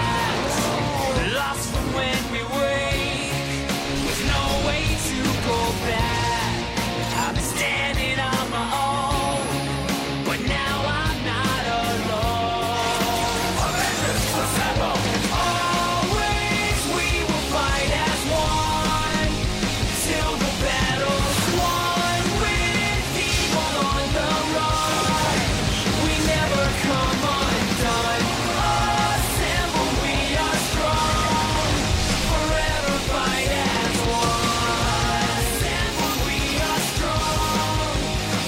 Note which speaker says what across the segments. Speaker 1: sat, lost from when we wake. There's no way to go back. I've been standing on my own, but now I'm not alone. Always we will fight as one till the battle's won. With people on the run, we never come undone. Assemble, we are strong. Forever fight as one. Assemble, we are strong.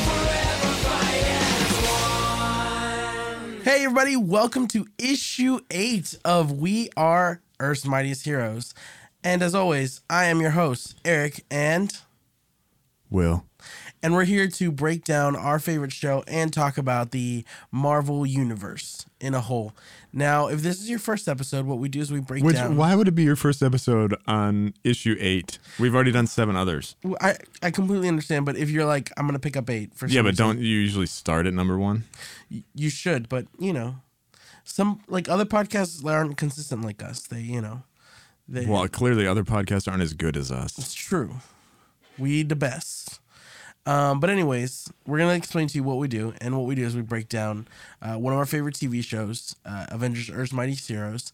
Speaker 1: Forever fight as one.
Speaker 2: Hey, everybody, welcome to issue eight of We Are Earth's Mightiest Heroes. And as always, I am your host, Eric, and
Speaker 3: Will.
Speaker 2: and we're here to break down our favorite show and talk about the Marvel universe in a whole. Now, if this is your first episode, what we do is we break
Speaker 3: Which
Speaker 2: down
Speaker 3: why would it be your first episode on issue eight? We've already done seven others.
Speaker 2: I, I completely understand, but if you're like, I'm gonna pick up eight for
Speaker 3: Yeah,
Speaker 2: some
Speaker 3: but
Speaker 2: reason,
Speaker 3: don't you usually start at number one?
Speaker 2: you should, but you know. Some like other podcasts aren't consistent like us. They, you know, they
Speaker 3: Well, clearly other podcasts aren't as good as us.
Speaker 2: It's true. We the best. Um, but anyways, we're gonna explain to you what we do, and what we do is we break down uh, one of our favorite TV shows, uh, Avengers: Earth's Mightiest Heroes,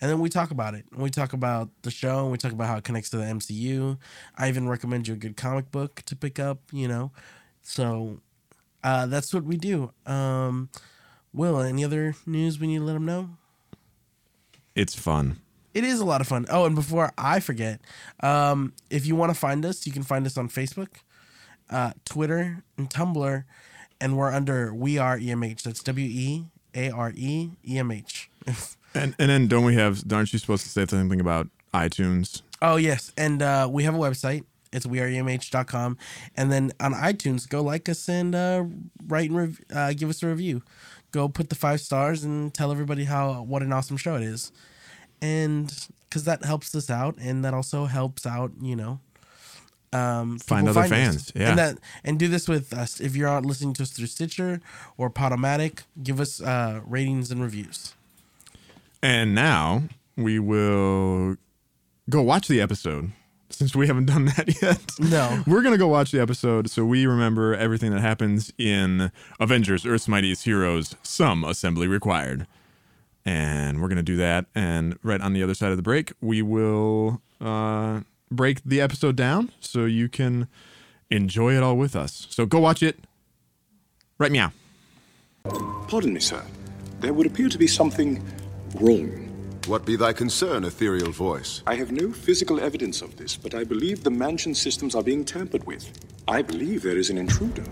Speaker 2: and then we talk about it. We talk about the show, and we talk about how it connects to the MCU. I even recommend you a good comic book to pick up. You know, so uh, that's what we do. Um, Will, any other news we need to let them know?
Speaker 3: It's fun.
Speaker 2: it is a lot of fun. Oh, and before I forget, um, if you want to find us, you can find us on Facebook, uh, Twitter, and Tumblr, and we're under We Are EMH. That's W E A R E E M H.
Speaker 3: And and then don't we have aren't you supposed to say something about iTunes?
Speaker 2: oh yes, and uh, we have a website. It's weareemh.com. And then on iTunes, go like us and uh, write and rev- uh, give us a review. Go put the five stars and tell everybody how what an awesome show it is. And because that helps us out, and that also helps out, you know, um,
Speaker 3: Find
Speaker 2: people
Speaker 3: other
Speaker 2: us.
Speaker 3: fans. Yeah.
Speaker 2: and that and do this with us. If you're out listening to us through Stitcher or Podomatic, give us uh, ratings and reviews.
Speaker 3: and now we will go watch the episode. Since we haven't done that yet.
Speaker 2: No.
Speaker 3: We're gonna go watch the episode so we remember everything that happens in Avengers, Earth's Mightiest Heroes, some assembly required. And we're gonna do that. And right on the other side of the break, we will uh, break the episode down so you can enjoy it all with us. So go watch it. Right meow.
Speaker 4: Pardon me, sir. There would appear to be something wrong.
Speaker 5: What be thy concern, ethereal voice?
Speaker 4: I have no physical evidence of this, but I believe the mansion systems are being tampered with. I believe there is an intruder.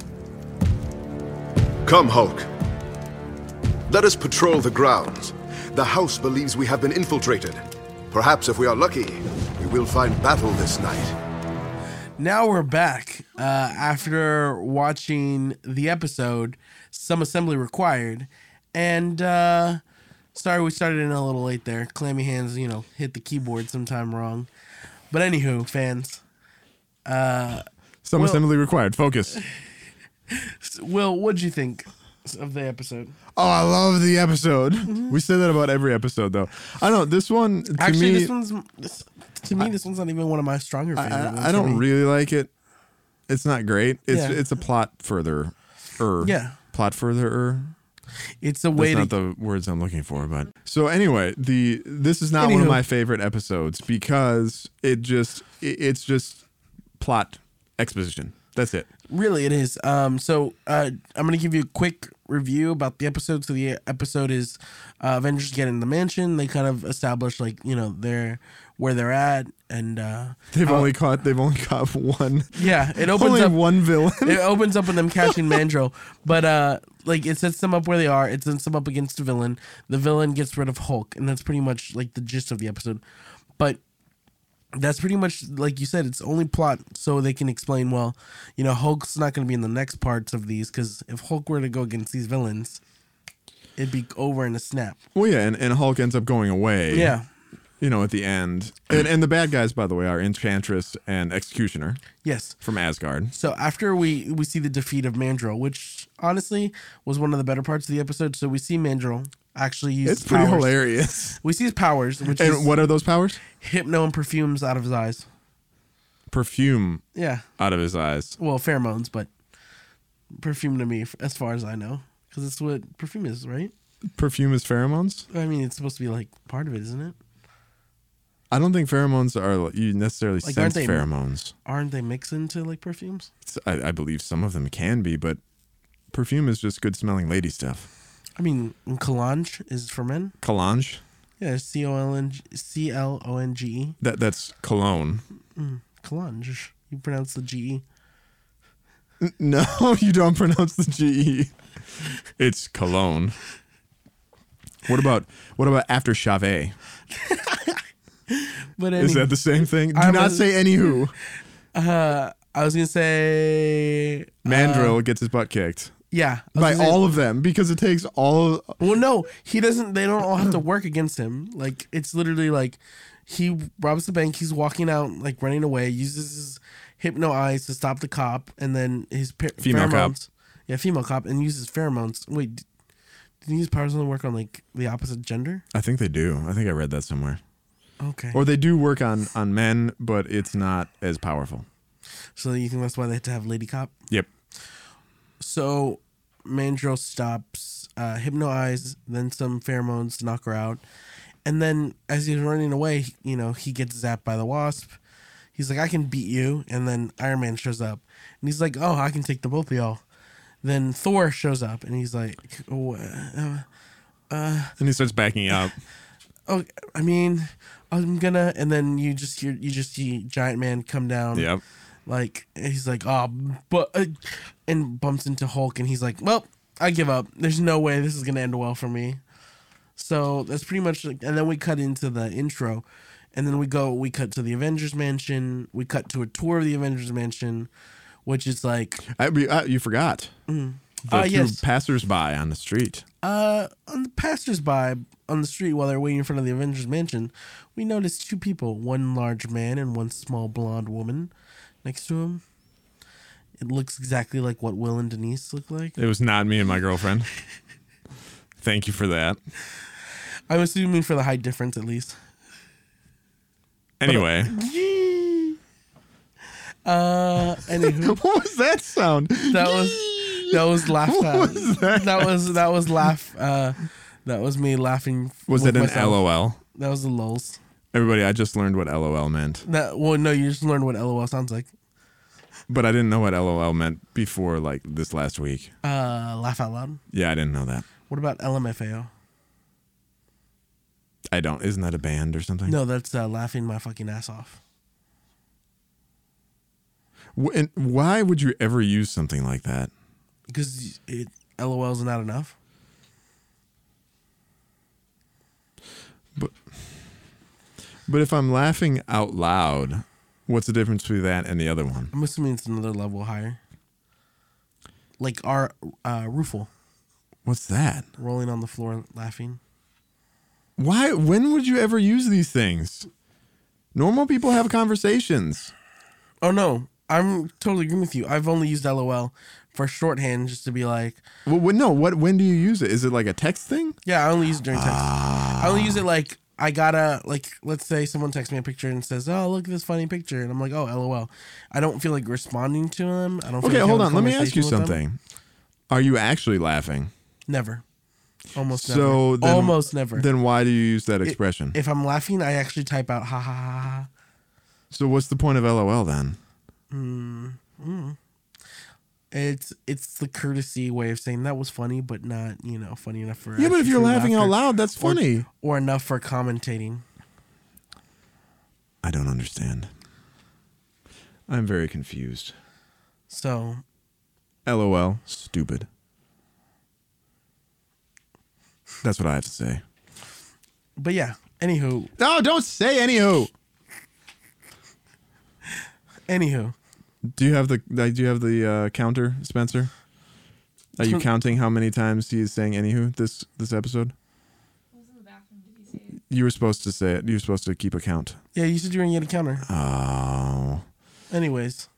Speaker 5: Come, Hulk. Let us patrol the grounds. The house believes we have been infiltrated. Perhaps if we are lucky, we will find battle this night.
Speaker 2: Now we're back uh, after watching the episode "Some Assembly Required," and uh, sorry we started in a little late there. Clammy hands, you know, hit the keyboard sometime wrong. But anywho, fans,
Speaker 3: Some
Speaker 2: Well-
Speaker 3: assembly required. Focus.
Speaker 2: Will, what'd you think of the episode?
Speaker 3: Oh, I love the episode. We say that about every episode, though. I don't know this one. To
Speaker 2: Mm-hmm. Actually,
Speaker 3: me,
Speaker 2: this one's this, to me. this one's not even one of my stronger favorite. ones
Speaker 3: I, I
Speaker 2: for me.
Speaker 3: don't really like it. It's not great. It's
Speaker 2: Yeah.
Speaker 3: it's a plot further, er.
Speaker 2: Yeah.
Speaker 3: plot further. Er.
Speaker 2: It's a way
Speaker 3: That's
Speaker 2: to
Speaker 3: not the words I'm looking for, but so anyway, the this is not one
Speaker 2: Anywho.
Speaker 3: of my favorite episodes because it just it, it's just plot exposition. That's it.
Speaker 2: Really, it is. Um, so uh, I'm gonna give you a quick review about the episode. So the episode is uh, Avengers get in the mansion. They kind of establish like you know their where they're at, and uh,
Speaker 3: They've
Speaker 2: how-
Speaker 3: only caught they've only caught one.
Speaker 2: yeah, it opens
Speaker 3: only
Speaker 2: up
Speaker 3: one villain.
Speaker 2: it opens up with them catching Mandrill, but uh, like it sets them up where they are. It sets them up against the villain. The villain gets rid of Hulk, and that's pretty much like the gist of the episode. But that's pretty much like you said. It's only plot so they can explain. Well, you know, Hulk's not going to be in the next parts of these because if Hulk were to go against these villains, it'd be over in a snap.
Speaker 3: well, yeah, and, and Hulk ends up going away.
Speaker 2: Yeah,
Speaker 3: you know at the end, and and the bad guys, by the way, are Enchantress and Executioner
Speaker 2: yes.
Speaker 3: from Asgard.
Speaker 2: So after we we see the defeat of Mandrill, which honestly was one of the better parts of the episode. So we see Mandrill. actually use
Speaker 3: It's
Speaker 2: his
Speaker 3: pretty
Speaker 2: powers.
Speaker 3: hilarious.
Speaker 2: We see his powers, which is
Speaker 3: And what are those powers?
Speaker 2: hypno and perfumes out of his eyes.
Speaker 3: Perfume
Speaker 2: Yeah.
Speaker 3: out of his eyes.
Speaker 2: Well, pheromones, but perfume to me, f- as far as I know, because it's what perfume is, right?
Speaker 3: Perfume is pheromones?
Speaker 2: I mean, it's supposed to be like part of it, isn't it?
Speaker 3: I don't think pheromones are like, you necessarily
Speaker 2: Like, aren't they-
Speaker 3: sense pheromones.
Speaker 2: Aren't they mixed into like perfumes?
Speaker 3: It's- I, I believe some of them can be, but perfume is just good smelling lady stuff.
Speaker 2: I mean, Kalange is for men.
Speaker 3: Collange?
Speaker 2: Yeah, C O L N C L O N G E.
Speaker 3: That that's cologne.
Speaker 2: Kalange. You pronounce the G E.
Speaker 3: No, you don't pronounce the G. It's cologne. What about what about aftershave?
Speaker 2: But
Speaker 3: Is
Speaker 2: anyway,
Speaker 3: that the same thing? Do
Speaker 2: I'm
Speaker 3: not
Speaker 2: a-
Speaker 3: say anywho.
Speaker 2: I was gonna say,
Speaker 3: Mandrill gets his butt kicked
Speaker 2: yeah, I was
Speaker 3: by
Speaker 2: gonna say-
Speaker 3: all of them because it takes all.
Speaker 2: Well, no, he doesn't. They don't all have to work against him. Like it's literally like he robs the bank. He's walking out, like running away. Uses his hypno eyes to stop the cop, and then his pe-
Speaker 3: Female cop.
Speaker 2: pheromones. Yeah, female cop, and uses pheromones. Wait, d- did his powers only work on like the opposite gender?
Speaker 3: I think they do. I think I read that somewhere.
Speaker 2: Okay,
Speaker 3: Or they do work on on men, but it's not as powerful.
Speaker 2: so you think that's why they had to have lady cop?
Speaker 3: Yep.
Speaker 2: So Mandrill stops, uh, Hypno eyes, then some pheromones to knock her out. And then as he's running away, he- you know, he gets zapped by the wasp. He's like, I can beat you. And then Iron Man shows up. And he's like, oh, I can take the both of y'all. Then Thor shows up and he's like, oh, uh,
Speaker 3: And he starts backing up.
Speaker 2: oh, I mean, I'm gonna. And then you just hear, you just see Giant Man come down.
Speaker 3: Yep.
Speaker 2: Like he's like, oh, but uh, and bumps into Hulk, and he's like, well, I give up. There's no way this is gonna end well for me. So that's pretty much. Like, and then we cut into the intro, and then we go. We cut to the Avengers Mansion. We cut to a tour of the Avengers Mansion, which is like,
Speaker 3: I, we- I, you forgot. The
Speaker 2: Ah,
Speaker 3: two
Speaker 2: yes.
Speaker 3: passersby on the street.
Speaker 2: uh, on the passersby on the street while they're waiting in front of the Avengers Mansion, we notice two people: one large man and one small blonde woman, next to him. It looks exactly like what Will and Denise look like.
Speaker 3: It was not me and my girlfriend. Thank you for that.
Speaker 2: I'm assuming for the height difference at least.
Speaker 3: Anyway.
Speaker 2: Uh, anywho,
Speaker 3: What was that sound?
Speaker 2: that was that was laugh time. that? was that was laugh. Uh, that was me laughing.
Speaker 3: Was
Speaker 2: with
Speaker 3: it an
Speaker 2: myself.
Speaker 3: LOL?
Speaker 2: That was the lols.
Speaker 3: Everybody, I just learned what LOL meant,
Speaker 2: That well, no, you just learned what LOL sounds like.
Speaker 3: but I didn't know what LOL meant before like this last week.
Speaker 2: Uh, laugh out loud.
Speaker 3: Yeah, I didn't know that.
Speaker 2: What about LMFAO?
Speaker 3: I don't. Isn't that a band or something?
Speaker 2: No, that's uh, laughing my fucking ass off.
Speaker 3: Wh- And why would you ever use something like that?
Speaker 2: Because it LOL's not enough.
Speaker 3: But but if I'm laughing out loud, what's the difference between that and the other one?
Speaker 2: I'm assuming it's another level higher. Like our uh, Rueful
Speaker 3: What's that?
Speaker 2: rolling on the floor laughing.
Speaker 3: Why? When would you ever use these things? Normal people have conversations.
Speaker 2: Oh no, I'm totally agreeing with you. I've only used LOL for shorthand just to be like,
Speaker 3: Well, wh- no. What? When do you use it? Is it like a text thing?
Speaker 2: yeah, I only use it during text. I only use it like I gotta like let's say someone texts me a picture and says, "Oh, look at this funny picture," and I'm like, "Oh, LOL." I don't feel like responding to them. I don't. Feel
Speaker 3: Okay,
Speaker 2: like
Speaker 3: hold
Speaker 2: having a
Speaker 3: on. Let me ask you
Speaker 2: conversation with them.
Speaker 3: something. Are you actually laughing?
Speaker 2: Never, almost
Speaker 3: So
Speaker 2: never.
Speaker 3: then,
Speaker 2: almost never.
Speaker 3: Then why do you use that expression?
Speaker 2: if I'm laughing, I actually type out "ha ha ha." ha.
Speaker 3: so what's the point of LOL then?
Speaker 2: It's it's the courtesy way of saying that was funny, but not you know funny enough for
Speaker 3: Yeah, but if
Speaker 2: actual
Speaker 3: you're
Speaker 2: true
Speaker 3: laughing out
Speaker 2: laughter
Speaker 3: loud, that's
Speaker 2: or-
Speaker 3: funny.
Speaker 2: or enough for commentating.
Speaker 3: I don't understand. I'm very confused.
Speaker 2: So
Speaker 3: LOL, stupid. That's what I have to say.
Speaker 2: But yeah. Anywho,
Speaker 3: No, Oh, don't say anywho.
Speaker 2: anywho,
Speaker 3: Do you have the like, Do you have the uh, counter, Spencer? Are you counting how many times he is saying anywho this this episode?
Speaker 6: I was in the bathroom. Did you say it?
Speaker 3: You were supposed to say it. You were supposed to keep a count.
Speaker 2: yeah, you should do it at a counter.
Speaker 3: Uh, Oh,
Speaker 2: Anyways,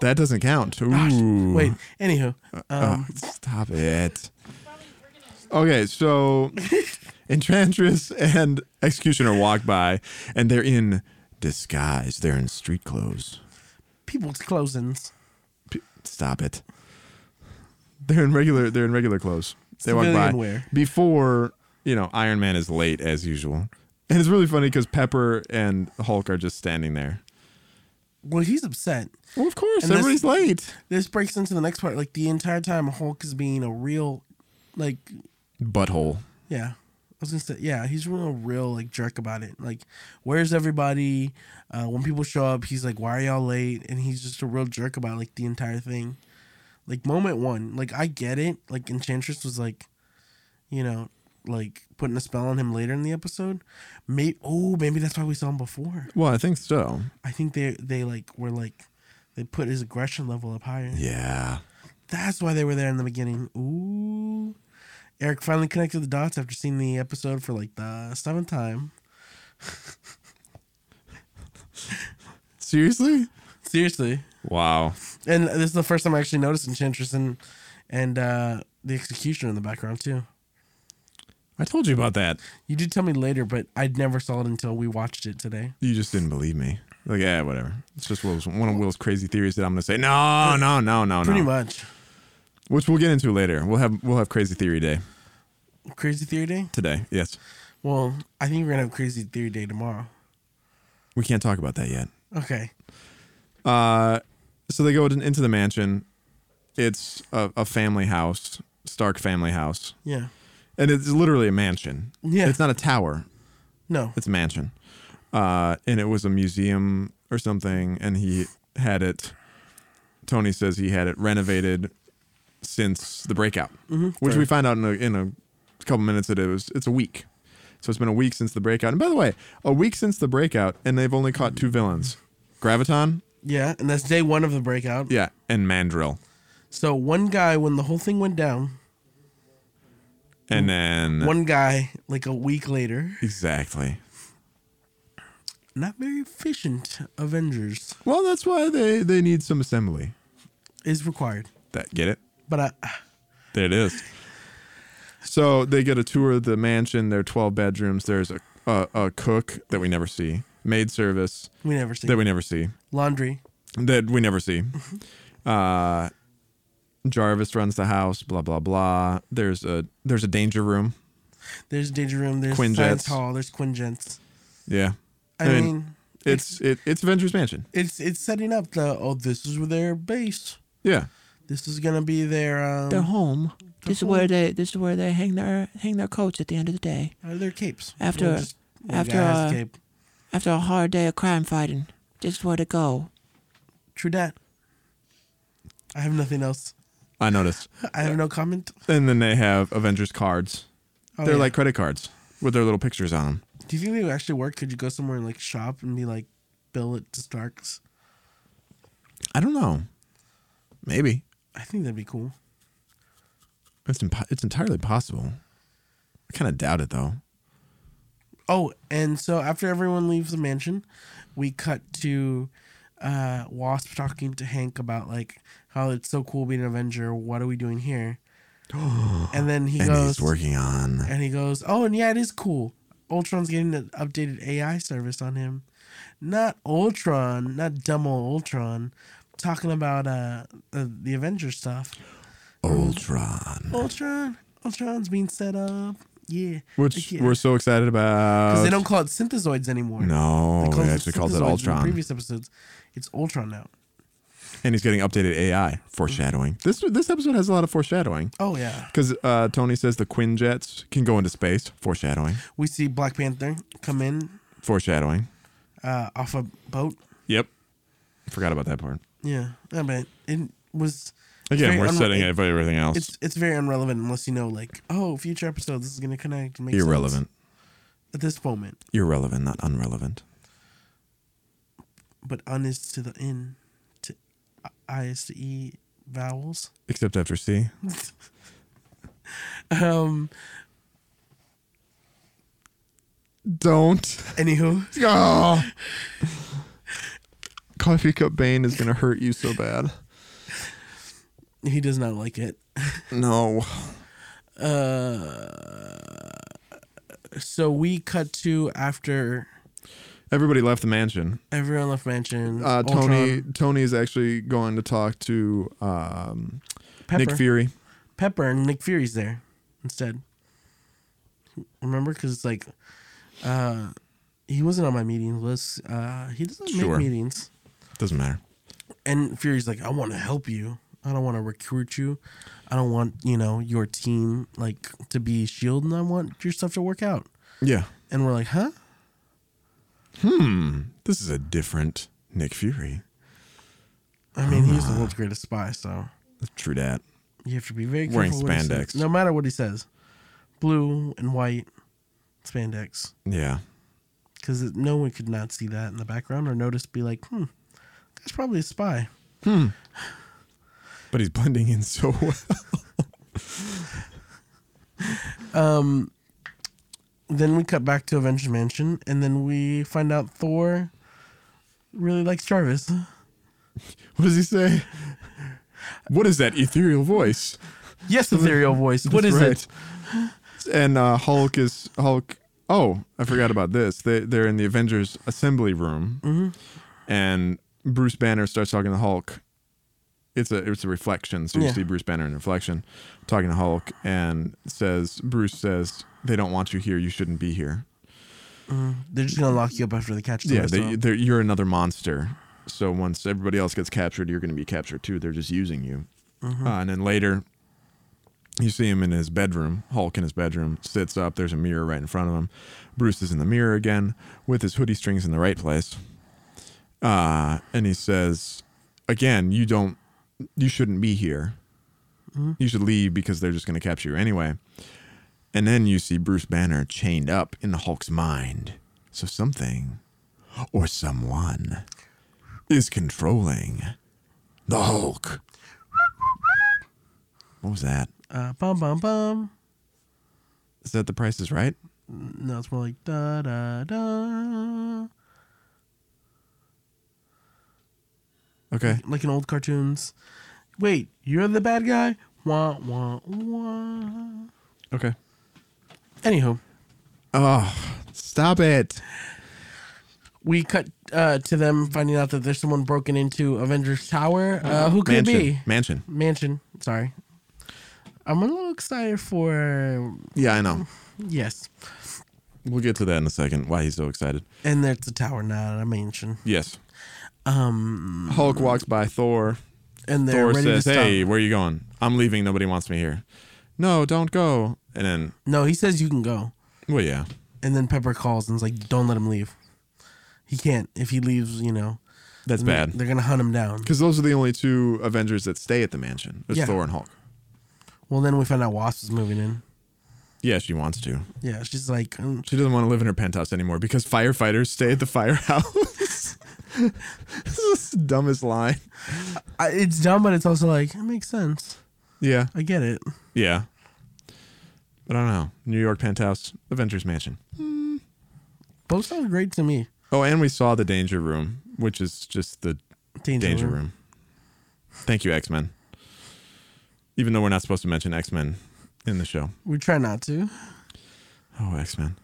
Speaker 3: that doesn't count. Ooh.
Speaker 2: wait. Anywho, um,
Speaker 3: Oh, stop it.
Speaker 6: Probably, we're gonna.
Speaker 3: Okay, so Enchantress and Executioner walk by, and they're in disguise. They're in street clothes.
Speaker 2: People's closings.
Speaker 3: P- Stop it. They're in regular. They're in regular clothes. They walk by
Speaker 2: Civilian wear.
Speaker 3: before you know Iron Man is late as usual, and it's really funny because Pepper and Hulk are just standing there.
Speaker 2: Well, he's upset.
Speaker 3: Well, of course,
Speaker 2: And this-
Speaker 3: everybody's late.
Speaker 2: This breaks into the next part. Like the entire time, Hulk is being a real, like,
Speaker 3: Butthole.
Speaker 2: yeah. I was gonna say, yeah, he's real, real like jerk about it. Like, where's everybody? Uh, when people show up, he's like, "Why are y'all late?" And he's just a real jerk about like the entire thing. Like moment one, like I get it. Like Enchantress was like, you know, like putting a spell on him later in the episode. May oh maybe that's why we saw him before.
Speaker 3: Well, I think so.
Speaker 2: I think they they like were like they put his aggression level up higher.
Speaker 3: Yeah.
Speaker 2: That's why they were there in the beginning. Ooh. Eric finally connected the dots after seeing the episode for like the seventh time.
Speaker 3: Seriously?
Speaker 2: Seriously.
Speaker 3: Wow.
Speaker 2: And this is the first time I actually noticed Enchantress and and uh the executioner in the background too.
Speaker 3: I told you about that.
Speaker 2: You did tell me later, but I'd never saw it until we watched it today.
Speaker 3: You just didn't believe me. Like, yeah, whatever. It's just Will's, one of Will's crazy theories that I'm gonna say. No, no, no, no,
Speaker 2: Pretty
Speaker 3: no.
Speaker 2: much.
Speaker 3: Which we'll get into later. We'll have we'll have crazy theory day
Speaker 2: Crazy Theory Day?
Speaker 3: today. Yes,
Speaker 2: Well, I think we're gonna have Crazy Theory Day tomorrow.
Speaker 3: we can't talk about that yet.
Speaker 2: Okay.
Speaker 3: So they go in- into the mansion. It's a, a family house, Stark family house,
Speaker 2: Yeah.
Speaker 3: and it's literally a mansion.
Speaker 2: Yeah.
Speaker 3: it's not a tower.
Speaker 2: No.
Speaker 3: It's a mansion, uh, and it was a museum or something. And he had it. Tony says he had it renovated since the breakout, which we find out in a, in a couple minutes that it was it's a week. So it's been a week since the breakout. And by the way, a week since the breakout, and they've only caught two villains, Graviton,
Speaker 2: Yeah, and that's day one of the breakout.
Speaker 3: yeah, and Mandrill.
Speaker 2: So one guy, when the whole thing went down,
Speaker 3: And then
Speaker 2: one guy like a week later,
Speaker 3: exactly.
Speaker 2: not very efficient Avengers
Speaker 3: Well, that's why they they need some assembly.
Speaker 2: is required.
Speaker 3: That get it?
Speaker 2: But I,
Speaker 3: There it is. So they get a tour of the mansion. There are 12 bedrooms. There's a, a, a cook that we never see, maid service
Speaker 2: we never see
Speaker 3: that we never see,
Speaker 2: laundry.
Speaker 3: that we never see. Uh, Jarvis runs the house. Blah blah blah. There's a there's a danger room.
Speaker 2: There's danger room. There's
Speaker 3: Quinjets.
Speaker 2: science hall. There's Quinjets.
Speaker 3: Yeah,
Speaker 2: I, mean,
Speaker 3: it's it, it's Avengers Mansion.
Speaker 2: it's it's setting up the oh this is where their base.
Speaker 3: Yeah,
Speaker 2: This is gonna be their um
Speaker 7: home. This is where they this is where they hang their hang their coats at the end of the day
Speaker 2: are uh, their capes
Speaker 7: After-
Speaker 2: We'll one
Speaker 7: after,
Speaker 2: guy has a
Speaker 7: uh,
Speaker 2: cape.
Speaker 7: after a hard day of crime fighting. This is where they go.
Speaker 2: True dat. I have nothing else.
Speaker 3: I noticed.
Speaker 2: I have no comment.
Speaker 3: And then they have Avengers cards.
Speaker 2: Oh,
Speaker 3: They're
Speaker 2: yeah.
Speaker 3: like credit cards with their little pictures on them.
Speaker 2: Do you think they would actually work? Could you go somewhere and like shop and be like, bill it to Starks?
Speaker 3: I don't know. Maybe.
Speaker 2: I think that'd be cool.
Speaker 3: It's imp- it's entirely possible. I kind of doubt it though.
Speaker 2: Oh, and so after everyone leaves the mansion, we cut to uh, Wasp talking to Hank about like how it's so cool being an Avenger. What are we doing here? and then he
Speaker 3: And
Speaker 2: goes,
Speaker 3: he's working on.
Speaker 2: and he goes, oh, and yeah, it is cool. Ultron's getting an updated AI service on him. Not Ultron, not dumb old Ultron. Talking about uh, uh the Avenger stuff. um,
Speaker 3: Ultron.
Speaker 2: Ultron, Ultron's being set up. Yeah,
Speaker 3: Which
Speaker 2: Yeah.
Speaker 3: we're so excited about.
Speaker 2: Because they don't call it synthesoids anymore.
Speaker 3: no,
Speaker 2: They
Speaker 3: Oh, they
Speaker 2: called
Speaker 3: actually calls it
Speaker 2: synthesoids In
Speaker 3: Ultron.
Speaker 2: previous episodes, it's Ultron now.
Speaker 3: And he's getting updated AI foreshadowing. This this episode has a lot of foreshadowing.
Speaker 2: Oh yeah,
Speaker 3: Because uh, Tony says the Quinjets can go into space. Foreshadowing.
Speaker 2: we see Black Panther come in
Speaker 3: Foreshadowing.
Speaker 2: uh, off a boat.
Speaker 3: Yep. Forgot about that part.
Speaker 2: Yeah, I mean it was. it's
Speaker 3: Again,
Speaker 2: very
Speaker 3: we're
Speaker 2: unre-
Speaker 3: setting
Speaker 2: it-
Speaker 3: it for everything else.
Speaker 2: It's it's very irrelevant unless you know like oh future episodes this is gonna connect. and make sense.
Speaker 3: irrelevant.
Speaker 2: at this moment,
Speaker 3: Irrelevant, not unrelevant.
Speaker 2: but un is to the n, to uh, i is to e vowels.
Speaker 3: Except after C.
Speaker 2: Um,
Speaker 3: Don't.
Speaker 2: anywho,
Speaker 3: Oh. Coffee Cup Bane is going to hurt you so bad.
Speaker 2: he does not like it.
Speaker 3: No.
Speaker 2: So we cut to after
Speaker 3: Everybody left the mansion.
Speaker 2: everyone left mansion.
Speaker 3: Uh, Tony
Speaker 2: Ultron,
Speaker 3: Tony is actually going to talk to um,
Speaker 2: Pepper,
Speaker 3: Nick Fury.
Speaker 2: Pepper, and Nick Fury's there instead. Remember, because it's like, uh, he wasn't on my meeting list. Uh, he doesn't
Speaker 3: Sure.
Speaker 2: make meetings.
Speaker 3: Doesn't matter.
Speaker 2: and Fury's like, I want to help you. I don't want to recruit you. I don't want you know your team like to be Shield, and I want your stuff to work out.
Speaker 3: Yeah,
Speaker 2: And we're like, huh?
Speaker 3: this is a different Nick Fury.
Speaker 2: I mean, he's the world's greatest spy, so
Speaker 3: True dat.
Speaker 2: you have to be very careful.
Speaker 3: Wearing
Speaker 2: what he says.
Speaker 3: spandex.
Speaker 2: no matter what he says, blue and white spandex,
Speaker 3: Yeah,
Speaker 2: because no one could not see that in the background or notice. Be like, hmm, that's probably a spy.
Speaker 3: but he's blending in so well.
Speaker 2: Then we cut back to Avengers Mansion, and then we find out Thor really likes Jarvis.
Speaker 3: What does he say? What is that ethereal voice?
Speaker 2: Yes, ethereal voice. What is
Speaker 3: That's
Speaker 2: it?
Speaker 3: right. And uh, Hulk is Hulk. Oh, I forgot about this. They they're in the Avengers assembly room,
Speaker 2: Mm-hmm.
Speaker 3: and Bruce Banner starts talking to Hulk. It's a it's a reflection. So you
Speaker 2: Yeah.
Speaker 3: see Bruce Banner in reflection, talking to Hulk, and says Bruce says they don't want you here. You shouldn't be here.
Speaker 2: They're just gonna lock you up after they catch the
Speaker 3: Yeah,
Speaker 2: rest of
Speaker 3: they,
Speaker 2: them.
Speaker 3: they're, you're another monster. So once everybody else gets captured, you're going to be captured too. They're just using you. Uh, and then later, you see him in his bedroom. Hulk in his bedroom sits up. There's a mirror right in front of him. Bruce is in the mirror again with his hoodie strings in the right place. Uh, and he says, "Again, you don't. You shouldn't be here. You should leave because they're just going to capture you anyway." And then you see Bruce Banner chained up in the Hulk's mind. So something or someone is controlling the Hulk. What was that?
Speaker 2: Uh, bum bum bum.
Speaker 3: Is that the price is right?
Speaker 2: No, it's more like da da da.
Speaker 3: Okay.
Speaker 2: Like in old cartoons. Wait, you're the bad guy. Wah wah wah.
Speaker 3: Okay.
Speaker 2: Anywho,
Speaker 3: Ah, Stop it.
Speaker 2: we cut uh, to them finding out that there's someone broken into Avengers Tower. Uh, who could
Speaker 3: Mm-hmm. Mansion.
Speaker 2: it be?
Speaker 3: Mansion.
Speaker 2: Mansion. Sorry. I'm a little excited for
Speaker 3: Yeah, I know.
Speaker 2: yes,
Speaker 3: We'll get to that in a second. Why he's so excited.
Speaker 2: and there's a tower, not a mansion,
Speaker 3: Yes. Um Hulk walks by Thor.
Speaker 2: and they're
Speaker 3: Thor
Speaker 2: ready
Speaker 3: says,
Speaker 2: to stop.
Speaker 3: Hey, where you going? I'm leaving. Nobody wants me here. No, don't go. And then,
Speaker 2: No, he says you can go.
Speaker 3: well, yeah.
Speaker 2: And then Pepper calls and is like, "Don't let him leave. He can't. If he leaves, you know,
Speaker 3: That's
Speaker 2: they're-
Speaker 3: bad.
Speaker 2: They're gonna hunt him down."
Speaker 3: Because those are the only two Avengers that stay at the mansion. It's
Speaker 2: Yeah.
Speaker 3: Thor and Hulk.
Speaker 2: Well, then we find out Wasp is moving in.
Speaker 3: Yeah, she wants to.
Speaker 2: Yeah, she's like, mm,
Speaker 3: She doesn't want to live in her penthouse anymore because firefighters stay at the firehouse. this is the dumbest line.
Speaker 2: I, it's dumb, but it's also like it makes sense.
Speaker 3: Yeah.
Speaker 2: I get it.
Speaker 3: Yeah. But I don't know. New York penthouse, Avengers Mansion.
Speaker 2: Both sound great to me.
Speaker 3: Oh, and we saw the danger room, which is just the
Speaker 2: Danger,
Speaker 3: danger
Speaker 2: room.
Speaker 3: room. Thank you, X Men. Even though we're not supposed to mention X Men in the show.
Speaker 2: We try not to.
Speaker 3: Oh, X Men.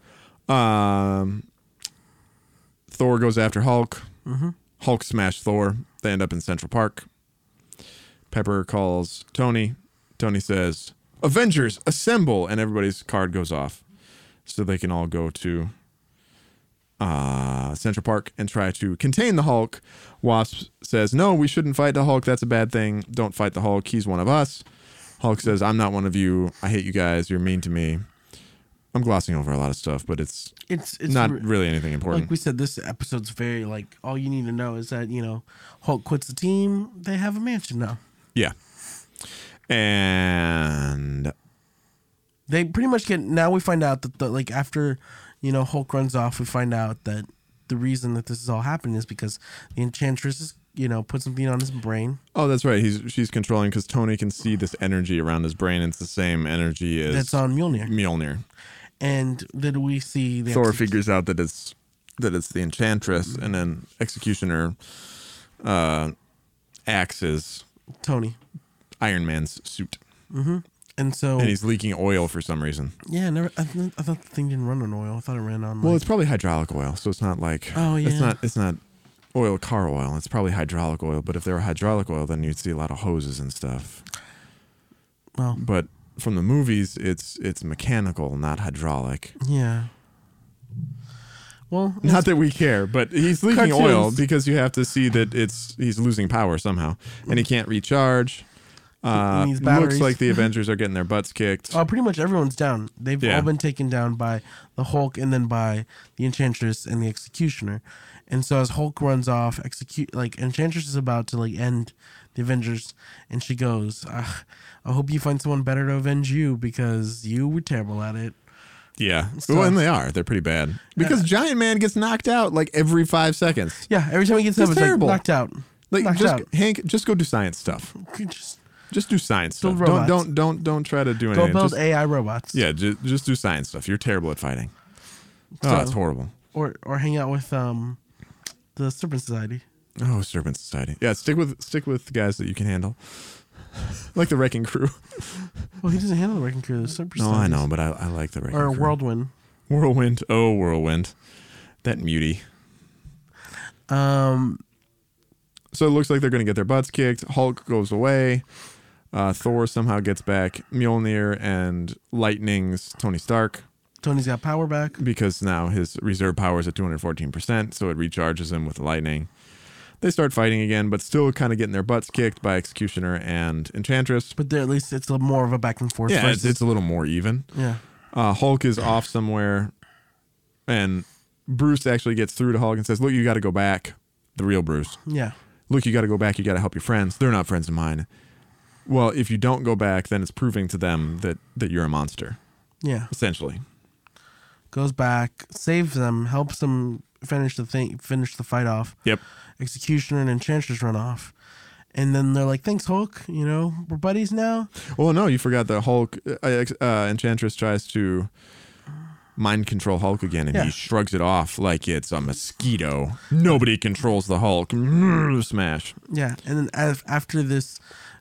Speaker 3: Um, Thor goes after Hulk. Hulk smashed Thor. They end up in Central Park. Pepper calls Tony. Tony says, "Avengers, assemble!" And everybody's card goes off, so they can all go to uh, Central Park and try to contain the Hulk. Wasp says, "No, we shouldn't fight the Hulk. That's a bad thing. Don't fight the Hulk. He's one of us." Hulk says, "I'm not one of you. I hate you guys. You're mean to me." I'm glossing over a lot of stuff, but it's
Speaker 2: It's it's
Speaker 3: not
Speaker 2: re-
Speaker 3: really anything important.
Speaker 2: like we said. This episode's very like all you need to know is that you know Hulk quits the team. They have a mansion now.
Speaker 3: yeah. And
Speaker 2: they pretty much get now we find out that the like after you know hulk runs off we find out that the reason that this is all happening is because the enchantress is you know put something on his brain
Speaker 3: oh, that's right. He's she's controlling because Tony can see this energy around his brain. It's the same energy as
Speaker 2: that's on Mjolnir,
Speaker 3: Mjolnir.
Speaker 2: and then we see the
Speaker 3: Mm. Thor
Speaker 2: exec-
Speaker 3: figures out that it's that it's the Enchantress, and then Executioner uh, axes
Speaker 2: Tony,
Speaker 3: Iron Man's suit.
Speaker 2: And so,
Speaker 3: and he's leaking oil for some reason.
Speaker 2: yeah, I never. I, th- I thought the thing didn't run on oil. I thought it ran on.
Speaker 3: Well,
Speaker 2: like,
Speaker 3: it's probably hydraulic oil, so it's not like
Speaker 2: Oh, yeah.
Speaker 3: it's not it's not oil car oil. It's probably hydraulic oil. But if there were hydraulic oil, then you'd see a lot of hoses and stuff.
Speaker 2: well,
Speaker 3: But from the movies, it's it's mechanical, not hydraulic.
Speaker 2: yeah. Well,
Speaker 3: Not that we care, but he's leaking oil
Speaker 2: Cartoons.
Speaker 3: because you have to see that it's he's losing power somehow, and he can't recharge. Uh,
Speaker 2: Mm. needs
Speaker 3: looks
Speaker 2: batteries.
Speaker 3: like the Avengers are getting their butts kicked.
Speaker 2: Uh, pretty much everyone's down. They've
Speaker 3: Yeah.
Speaker 2: all been taken down by the Hulk and then by the Enchantress and the Executioner. And so as Hulk runs off, execute like Enchantress is about to like end the Avengers, and she goes, "Ah, "I hope you find someone better to avenge you because you were terrible at it."
Speaker 3: Yeah,
Speaker 2: So-
Speaker 3: well, and they are. They're pretty bad because Giant Man gets knocked out like every five seconds.
Speaker 2: Yeah, every time he gets
Speaker 3: That's
Speaker 2: up, it's like
Speaker 3: terrible.
Speaker 2: knocked out.
Speaker 3: Like
Speaker 2: knocked
Speaker 3: just
Speaker 2: out.
Speaker 3: Hank, just go do science stuff.
Speaker 2: Just
Speaker 3: Just do science
Speaker 2: Build
Speaker 3: stuff. Don't
Speaker 2: robots.
Speaker 3: don't don't don't try to do
Speaker 2: go
Speaker 3: anything.
Speaker 2: build
Speaker 3: Just,
Speaker 2: AI robots.
Speaker 3: yeah, just, just do science stuff. You're terrible at fighting.
Speaker 2: So-
Speaker 3: Oh, it's horrible.
Speaker 2: Or or hang out with um the Serpent Society.
Speaker 3: Oh, Serpent Society. Yeah, stick with stick with guys that you can handle, like the Wrecking Crew.
Speaker 2: Well, he doesn't handle the Wrecking Crew. The Serpent
Speaker 3: No, I
Speaker 2: Society.
Speaker 3: know, but I, I like the Wrecking
Speaker 2: Or
Speaker 3: Crew.
Speaker 2: Whirlwind.
Speaker 3: Whirlwind. Oh, Whirlwind. That mutie.
Speaker 2: Um,
Speaker 3: So it looks like they're going to get their butts kicked. Hulk goes away. Uh, Thor somehow gets back Mjolnir and lightnings Tony Stark
Speaker 2: Tony's got power back.
Speaker 3: because now his reserve power is at 214%, so it recharges him with lightning. They start fighting again, but still kind of getting their butts kicked by Executioner and Enchantress.
Speaker 2: But there, at least it's a more of a back and forth.
Speaker 3: Yeah, it's,
Speaker 2: versus-
Speaker 3: it's a little more even.
Speaker 2: yeah.
Speaker 3: uh, Hulk is off somewhere, and Bruce actually gets through to Hulk and says, "Look, you got to go back." The real Bruce.
Speaker 2: Yeah.
Speaker 3: Look, you got to go back. You got to help your friends. They're not friends of mine. Well, if you don't go back, then it's proving to them that that you're a monster,
Speaker 2: Yeah.
Speaker 3: essentially.
Speaker 2: Goes back, saves them, helps them finish the thing, finish the fight off.
Speaker 3: Yep.
Speaker 2: Executioner and Enchantress run off. And then they're like, thanks, Hulk. You know, we're buddies now.
Speaker 3: Well, no, you forgot that Hulk uh, ex- uh, Enchantress tries to mind control Hulk again, and
Speaker 2: Yeah.
Speaker 3: he shrugs it off like it's a mosquito. Nobody controls the Hulk. Mm, Smash.
Speaker 2: Yeah. And then af- after this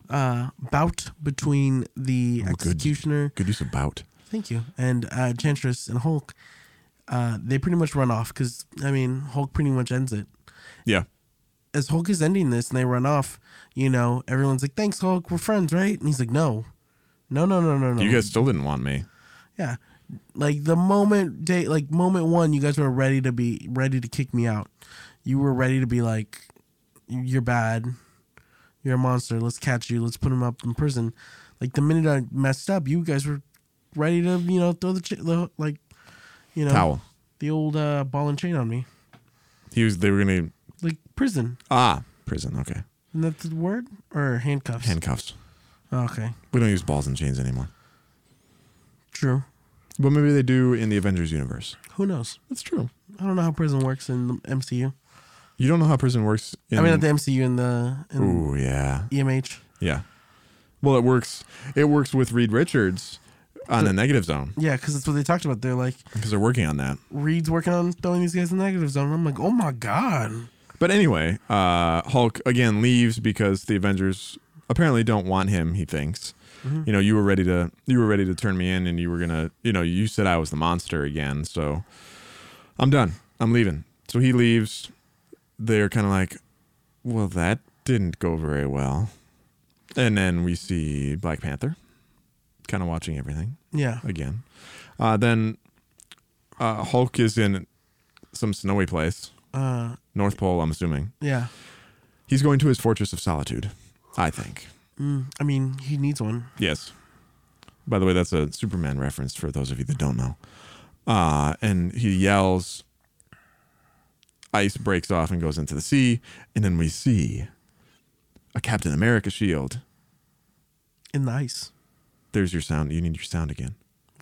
Speaker 2: uh, bout between
Speaker 3: Oh,
Speaker 2: the Executioner,
Speaker 3: Good use of bout.
Speaker 2: thank you, and uh, Enchantress and Hulk, uh, they pretty much run off because, I mean, Hulk pretty much ends it.
Speaker 3: Yeah.
Speaker 2: as Hulk is ending this and they run off, you know, everyone's like, "Thanks, Hulk. We're friends, right?" And he's like, "No, no, no, no, no, no."
Speaker 3: You guys still didn't want me.
Speaker 2: yeah. Like the moment day, like moment one, you guys were ready to be ready to kick me out. You were ready to be like, "You're bad. You're a monster. Let's catch you. Let's put him up in prison." Like the minute I messed up, you guys were ready to, you know, throw the, ch- the like, you know,
Speaker 3: Towel.
Speaker 2: the old uh, ball and chain on me,
Speaker 3: He was. They were gonna.
Speaker 2: like prison.
Speaker 3: Ah, prison. Okay,
Speaker 2: Isn't that the word or handcuffs? Oh,
Speaker 3: handcuffs.
Speaker 2: okay,
Speaker 3: We don't use balls and chains anymore.
Speaker 2: true.
Speaker 3: But maybe they do in the Avengers universe.
Speaker 2: Who knows?
Speaker 3: That's true.
Speaker 2: I don't know how prison works in the MCU.
Speaker 3: You don't know how prison works. In,
Speaker 2: I mean, not the MCU in the in E
Speaker 3: Ooh, yeah,
Speaker 2: EMH.
Speaker 3: yeah. Well, it works. It works with Reed Richards on the negative zone
Speaker 2: Yeah, because that's what they talked about. They're like,
Speaker 3: because they're working on that.
Speaker 2: Reed's working on throwing these guys in the negative zone. I'm like, oh my god.
Speaker 3: But anyway, uh, Hulk again leaves because the Avengers apparently don't want him. He thinks, you know, you were ready to you were ready to turn me in, and you were gonna, you know, you said I was the monster again, so I'm done. I'm leaving. So he leaves. They're kind of like, well, that didn't go very well. And then we see Black Panther, kind of watching everything
Speaker 2: Yeah,
Speaker 3: again. Uh, then uh, Hulk is in some snowy place,
Speaker 2: uh,
Speaker 3: North Pole, I'm assuming.
Speaker 2: yeah.
Speaker 3: He's going to his fortress of solitude, I think.
Speaker 2: Mm, I mean, he needs one.
Speaker 3: Yes. By the way, that's a Superman reference for those of you that don't know. Uh, and he yells, ice breaks off and goes into the sea. And then we see a Captain America shield.
Speaker 2: in the ice. um,
Speaker 3: There's your sound. You need your sound again.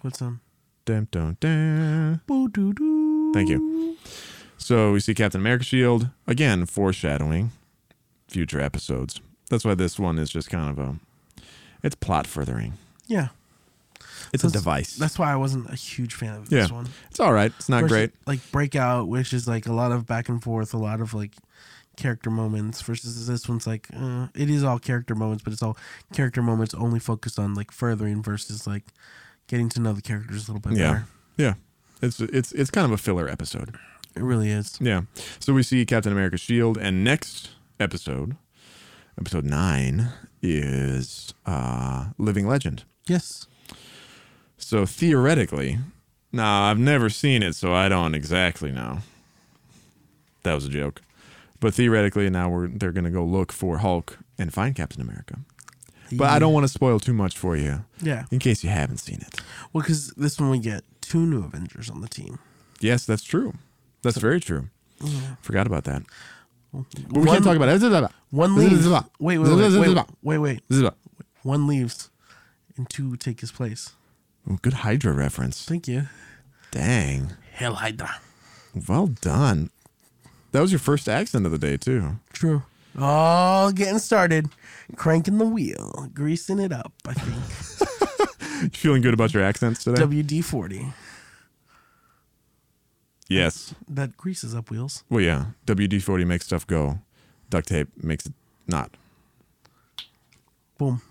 Speaker 2: What's on?
Speaker 3: Dun, dun, dun.
Speaker 2: Boo doo doo.
Speaker 3: Thank you. So we see Captain America shield again, foreshadowing future episodes. That's why this one is just kind of a, it's plot furthering.
Speaker 2: Yeah,
Speaker 3: It's
Speaker 2: That's- That's why I wasn't a huge fan of
Speaker 3: yeah.
Speaker 2: this one.
Speaker 3: It's all right. It's not
Speaker 2: Versus,
Speaker 3: great.
Speaker 2: Like breakout, which is like a lot of back and forth, a lot of like character moments versus this one's like uh, it is all character moments, but it's all character moments only focused on like furthering versus like getting to know the characters a little bit
Speaker 3: Yeah.
Speaker 2: better.
Speaker 3: Yeah. It's it's it's kind of a filler episode.
Speaker 2: It really is.
Speaker 3: Yeah. So we see Captain America's shield, E and next episode, episode nine, is uh, Living Legend.
Speaker 2: Yes.
Speaker 3: So theoretically, no, I've never seen it, so I don't exactly know. That was a joke. But theoretically, now we're they're gonna go look for Hulk and find Captain America. But I don't want to spoil too much for you,
Speaker 2: Yeah.
Speaker 3: in case you haven't seen it.
Speaker 2: Well, because this one we get two new Avengers on the team.
Speaker 3: Yes, that's true. That's very true. Forgot about that. Mm-hmm. But we
Speaker 2: One-
Speaker 3: can't talk about it.
Speaker 2: One leaves. Wait, wait, wait, wait, wait, wait. One leaves, and two take his place.
Speaker 3: Ooh, Good Hydra reference.
Speaker 2: Thank you.
Speaker 3: Dang.
Speaker 2: Hell Hydra.
Speaker 3: Well done. That was your first accent of the day, too.
Speaker 2: True. All getting started, cranking the wheel, greasing it up. I think
Speaker 3: You feeling good about your accents today?
Speaker 2: WD forty
Speaker 3: yes.
Speaker 2: that greases up wheels.
Speaker 3: Well, yeah. WD 40 makes stuff go, duct tape makes it not.
Speaker 2: Boom.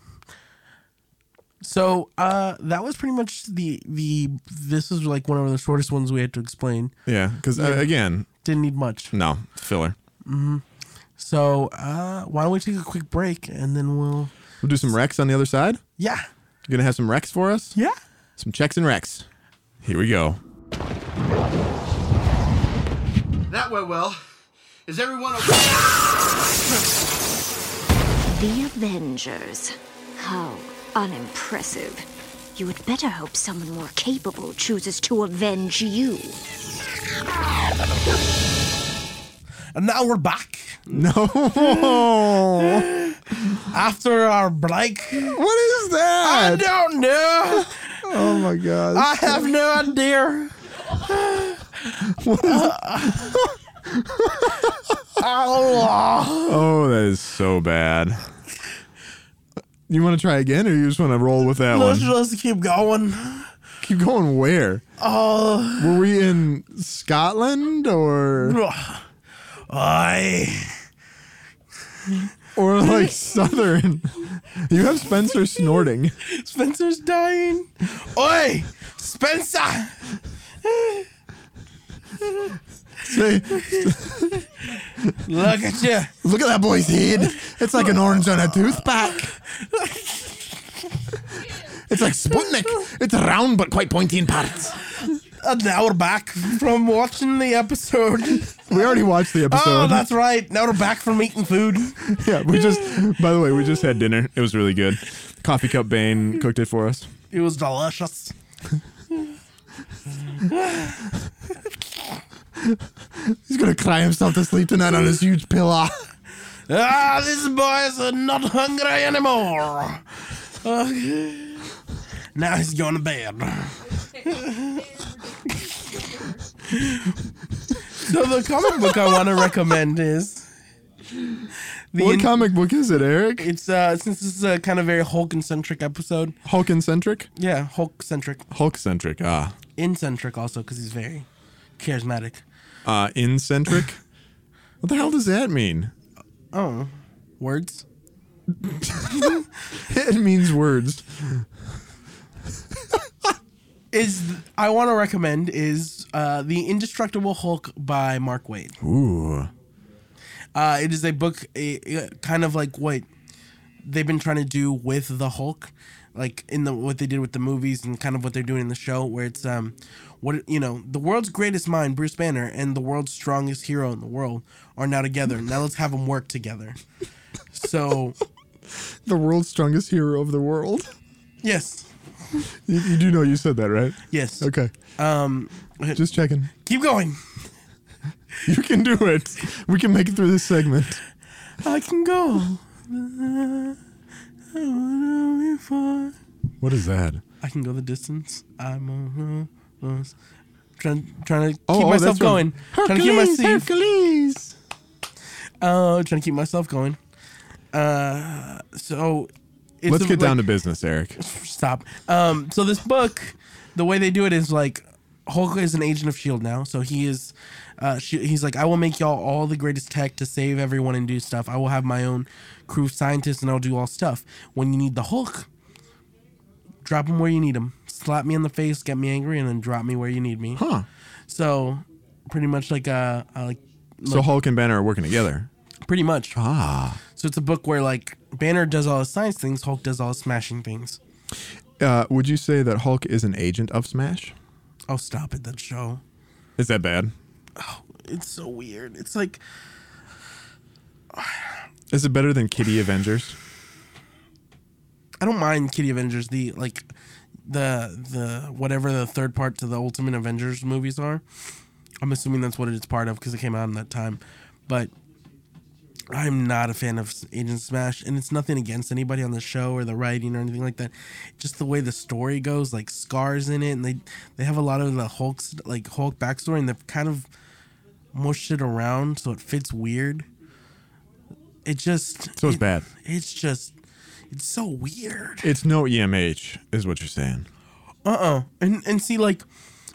Speaker 2: So uh, that was pretty much the the. This is like one of the shortest ones we had to explain.
Speaker 3: Yeah. Because,
Speaker 2: Yeah.
Speaker 3: again,
Speaker 2: Didn't need much.
Speaker 3: no, filler.
Speaker 2: So uh, why don't we take a quick break and then we'll.
Speaker 3: We'll do some Rex on the other side.
Speaker 2: Yeah.
Speaker 3: You going to have some Rex for us?
Speaker 2: Yeah.
Speaker 3: Some checks and Rex. Here we go.
Speaker 8: That went well. Is everyone okay?
Speaker 9: The Avengers. How unimpressive. You had better hope someone more capable chooses to avenge you.
Speaker 2: And now we're back
Speaker 3: No.
Speaker 2: after our break.
Speaker 3: What is
Speaker 2: I
Speaker 3: that?
Speaker 2: don't know.
Speaker 3: Oh my god.
Speaker 2: I have no idea.
Speaker 3: oh, that is so bad. You want to try again, or you just want to roll with that
Speaker 2: Let's
Speaker 3: one?
Speaker 2: just keep going.
Speaker 3: Keep going. Where
Speaker 2: Oh,
Speaker 3: were we in Scotland or
Speaker 2: I.
Speaker 3: or like Southern? You have Spencer snorting.
Speaker 2: Spencer's dying. Oi, Spencer!
Speaker 3: Say,
Speaker 2: Look at you.
Speaker 3: look at that boy's head. It's like an orange on a toothpick. It's like Sputnik. It's round but quite pointy in parts.
Speaker 2: And now we're back from watching the episode.
Speaker 3: We already watched the episode.
Speaker 2: Oh, that's right. Now we're back from eating food.
Speaker 3: Yeah, we just. By the way, we just had dinner. It was really good. Coffee cup Bane cooked it for us.
Speaker 2: It was delicious.
Speaker 3: He's gonna cry himself to sleep tonight on his huge pillow.
Speaker 2: Ah, these boys are not hungry anymore. Okay. now he's going to bed. so the comic book I want to recommend is the
Speaker 3: What
Speaker 2: in-
Speaker 3: comic book is it, Eric?
Speaker 2: it's uh since this is a kind of very Hulk centric episode.
Speaker 3: Hulk centric.
Speaker 2: Yeah, Hulk centric,
Speaker 3: Hulk centric. Ah,
Speaker 2: incentric also because he's very charismatic.
Speaker 3: uh, in centric. what the hell does that mean?
Speaker 2: Words.
Speaker 3: It means words.
Speaker 2: Is I want to recommend is uh, the Indestructible Hulk by Mark Waid.
Speaker 3: Ooh.
Speaker 2: Uh, it is a book, a, a- kind of like what they've been trying to do with the Hulk, like in the what they did with the movies and kind of what they're doing in the show, where it's um, what you know, the world's greatest mind, Bruce Banner, and the world's strongest hero in the world are now together. now let's have them work together. So
Speaker 3: The world's strongest hero of the world.
Speaker 2: yes,
Speaker 3: You, you do know you said that, right?
Speaker 2: yes,
Speaker 3: Okay. Um, just checking.
Speaker 2: keep going.
Speaker 3: You can do it. We can make it through this segment.
Speaker 2: I can go. I wanna be far.
Speaker 3: What is that?
Speaker 2: I can go the distance. I'm uh, uh, trying trying to
Speaker 3: Oh,
Speaker 2: keep
Speaker 3: oh,
Speaker 2: myself
Speaker 3: that's right.
Speaker 2: going. Trying to keep
Speaker 3: Hercules,
Speaker 2: myself
Speaker 3: Hercules.
Speaker 2: uh, trying to keep myself going. Uh, so it's
Speaker 3: Let's
Speaker 2: a-
Speaker 3: get down
Speaker 2: like-
Speaker 3: to business, Eric.
Speaker 2: stop. Um, so this book, the way they do it is like Hulk is an agent of Shield E now, so he is. Uh, she, he's like, I will make y'all all the greatest tech to save everyone and do stuff. I will have my own crew of scientists and I'll do all stuff. When you need the Hulk, drop him where you need him. Slap me in the face, get me angry, and then drop me where you need me.
Speaker 3: Huh.
Speaker 2: So, pretty much like uh, uh like
Speaker 3: So Hulk and Banner are working together.
Speaker 2: pretty much.
Speaker 3: Ah.
Speaker 2: So it's a book where like Banner does all his science things, Hulk does all his smashing things.
Speaker 3: Uh, would you say that Hulk is an agent of Smash?
Speaker 2: Oh, stop it! That show.
Speaker 3: Is that bad?
Speaker 2: It's so weird. It's like
Speaker 3: Is it better than Kitty Avengers?
Speaker 2: I don't mind Kitty Avengers. The like the the whatever the third part to the Ultimate Avengers movies are. I'm assuming that's what it's part of because it came out in that time. But I'm not a fan of Agent Smash, and it's nothing against anybody on the show or the writing or anything like that. Just the way the story goes, like scars in it, and they they have a lot of the Hulk's like Hulk backstory, and they've kind of mushed it around so it fits weird. It just
Speaker 3: So it's
Speaker 2: it-
Speaker 3: bad.
Speaker 2: It's just it's so weird.
Speaker 3: It's no EMH, is what you're saying.
Speaker 2: And and see like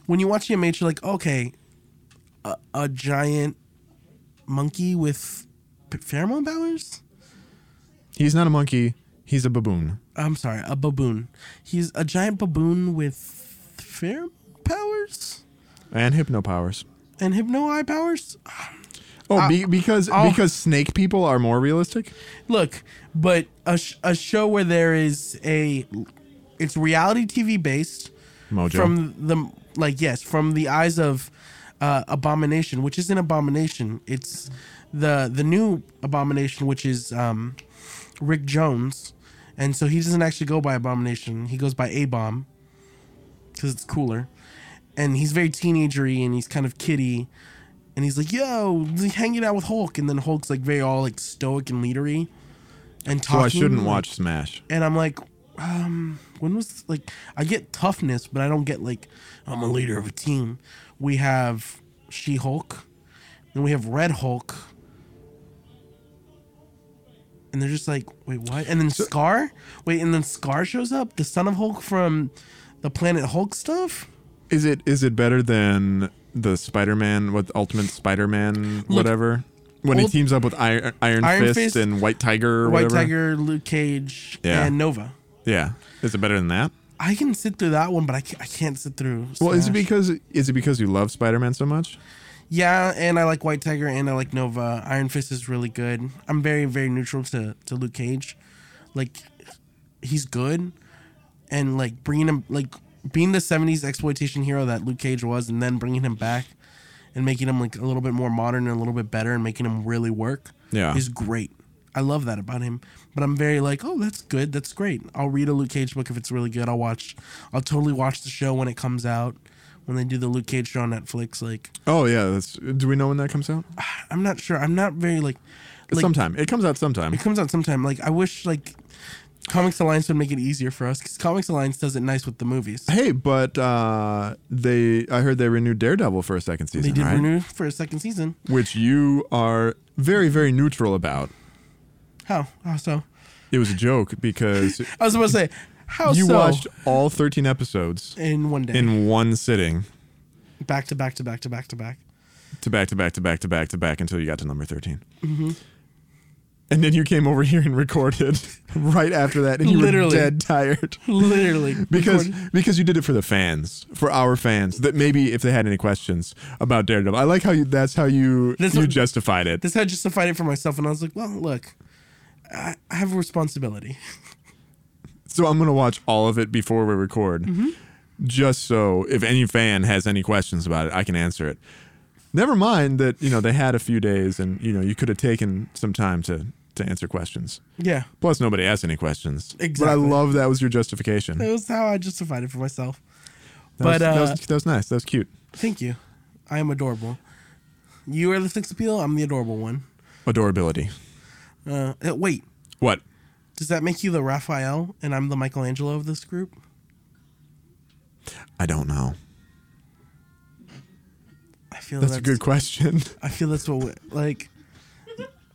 Speaker 2: when you watch EMH, you're like, okay, a, a giant monkey with p- pheromone powers.
Speaker 3: He's not a monkey. He's a baboon.
Speaker 2: I'm sorry, a baboon. He's a giant baboon with pheromone powers
Speaker 3: And hypno powers.
Speaker 2: and hypno eye powers.
Speaker 3: Oh,
Speaker 2: Ah,
Speaker 3: be, because because snake people are more realistic.
Speaker 2: Look, but a sh- a show where there is a, it's reality TV based.
Speaker 3: Mojo.
Speaker 2: from the like yes from the eyes of uh, abomination which isn't abomination it's the the new abomination which is um, rick jones and so he doesn't actually go by abomination he goes by a bomb because it's cooler and he's very teenagery and he's kind of kiddy and he's like yo hanging out with hulk and then hulk's like very all like stoic and leadery and
Speaker 3: so
Speaker 2: talking
Speaker 3: I shouldn't
Speaker 2: like-
Speaker 3: watch Smash.
Speaker 2: and I'm like, um, when was like I get toughness, but I don't get like I'm a leader of a team. We have She Hulk, and we have Red Hulk, and they're just like, wait, what? And then Scar, wait, and then Scar shows up, the son of Hulk from the Planet Hulk stuff.
Speaker 3: Is it is it better than the Spider-Man, what Ultimate Spider-Man, whatever? When he
Speaker 2: old-
Speaker 3: teams up with Iron, Iron,
Speaker 2: Iron
Speaker 3: Fist,
Speaker 2: Fist,
Speaker 3: and White Tiger, or
Speaker 2: White
Speaker 3: whatever.
Speaker 2: Tiger, Luke Cage,
Speaker 3: Yeah.
Speaker 2: and Nova.
Speaker 3: Yeah, is it better than that?
Speaker 2: I can sit through that one, but I can't, I can't sit through.
Speaker 3: Well, is it
Speaker 2: Smash.
Speaker 3: because is it because you love Spider-Man so much?
Speaker 2: Yeah, and I like White Tiger and I like Nova. Iron Fist is really good. I'm very, very neutral to, to Luke Cage. Like, he's good. And, like, bringing him, like, being the 70s exploitation hero that Luke Cage was, and then bringing him back and making him, like, a little bit more modern and a little bit better and making him really work
Speaker 3: Yeah.
Speaker 2: is great. I love that about him. But I'm very, like, oh, that's good. That's great. I'll read a Luke Cage book if it's really good. I'll watch, I'll totally watch the show when it comes out. When they do the Luke Cage show on Netflix, like,
Speaker 3: Oh yeah, that's. Do we know when that comes out?
Speaker 2: I'm not sure. I'm not very like. like
Speaker 3: sometime it comes out sometime.
Speaker 2: It comes out sometime. Like I wish like Comics Alliance would make it easier for us because Comics Alliance does it nice with the movies.
Speaker 3: Hey, but uh, they I heard they renewed Daredevil for a second season,
Speaker 2: They did
Speaker 3: right?
Speaker 2: renew for a second season.
Speaker 3: Which you are very very neutral about.
Speaker 2: How? How so?
Speaker 3: It was a joke because
Speaker 2: I was about to say how
Speaker 3: you
Speaker 2: so
Speaker 3: watched all 13 episodes
Speaker 2: in one day,
Speaker 3: in one sitting,
Speaker 2: back to back to back to back to back.
Speaker 3: to back to back to back to back to back until you got to number 13.
Speaker 2: Mm-hmm.
Speaker 3: And then you came over here and recorded right after that, and you
Speaker 2: Literally.
Speaker 3: were dead tired.
Speaker 2: Literally
Speaker 3: Because
Speaker 2: Recorded.
Speaker 3: because you did it for the fans, for our fans, that maybe if they had any questions about Daredevil, I like how you that's how you
Speaker 2: That's
Speaker 3: you
Speaker 2: what-
Speaker 3: justified it.
Speaker 2: this I justified it for myself, and I was like, well, look, I, I have a responsibility.
Speaker 3: So I'm gonna watch all of it before we record,
Speaker 2: Mm-hmm.
Speaker 3: just so if any fan has any questions about it, I can answer it. Never mind that you know they had a few days, and you know you could have taken some time to to answer questions.
Speaker 2: Yeah,
Speaker 3: Plus, nobody asked any questions. But I
Speaker 2: Exactly.
Speaker 3: love that was your justification.
Speaker 2: that
Speaker 3: That
Speaker 2: was how I justified it for myself.
Speaker 3: was-
Speaker 2: but uh,
Speaker 3: that, was, that was nice. That was cute.
Speaker 2: Thank you. I am adorable. You are the sixth appeal. I'm the adorable one.
Speaker 3: Adorability.
Speaker 2: Uh, uh, wait,
Speaker 3: What?
Speaker 2: does that make you the Raphael and I'm the Michelangelo of this group?
Speaker 3: I don't know.
Speaker 2: I feel
Speaker 3: That's a good question.
Speaker 2: I feel that's what we- like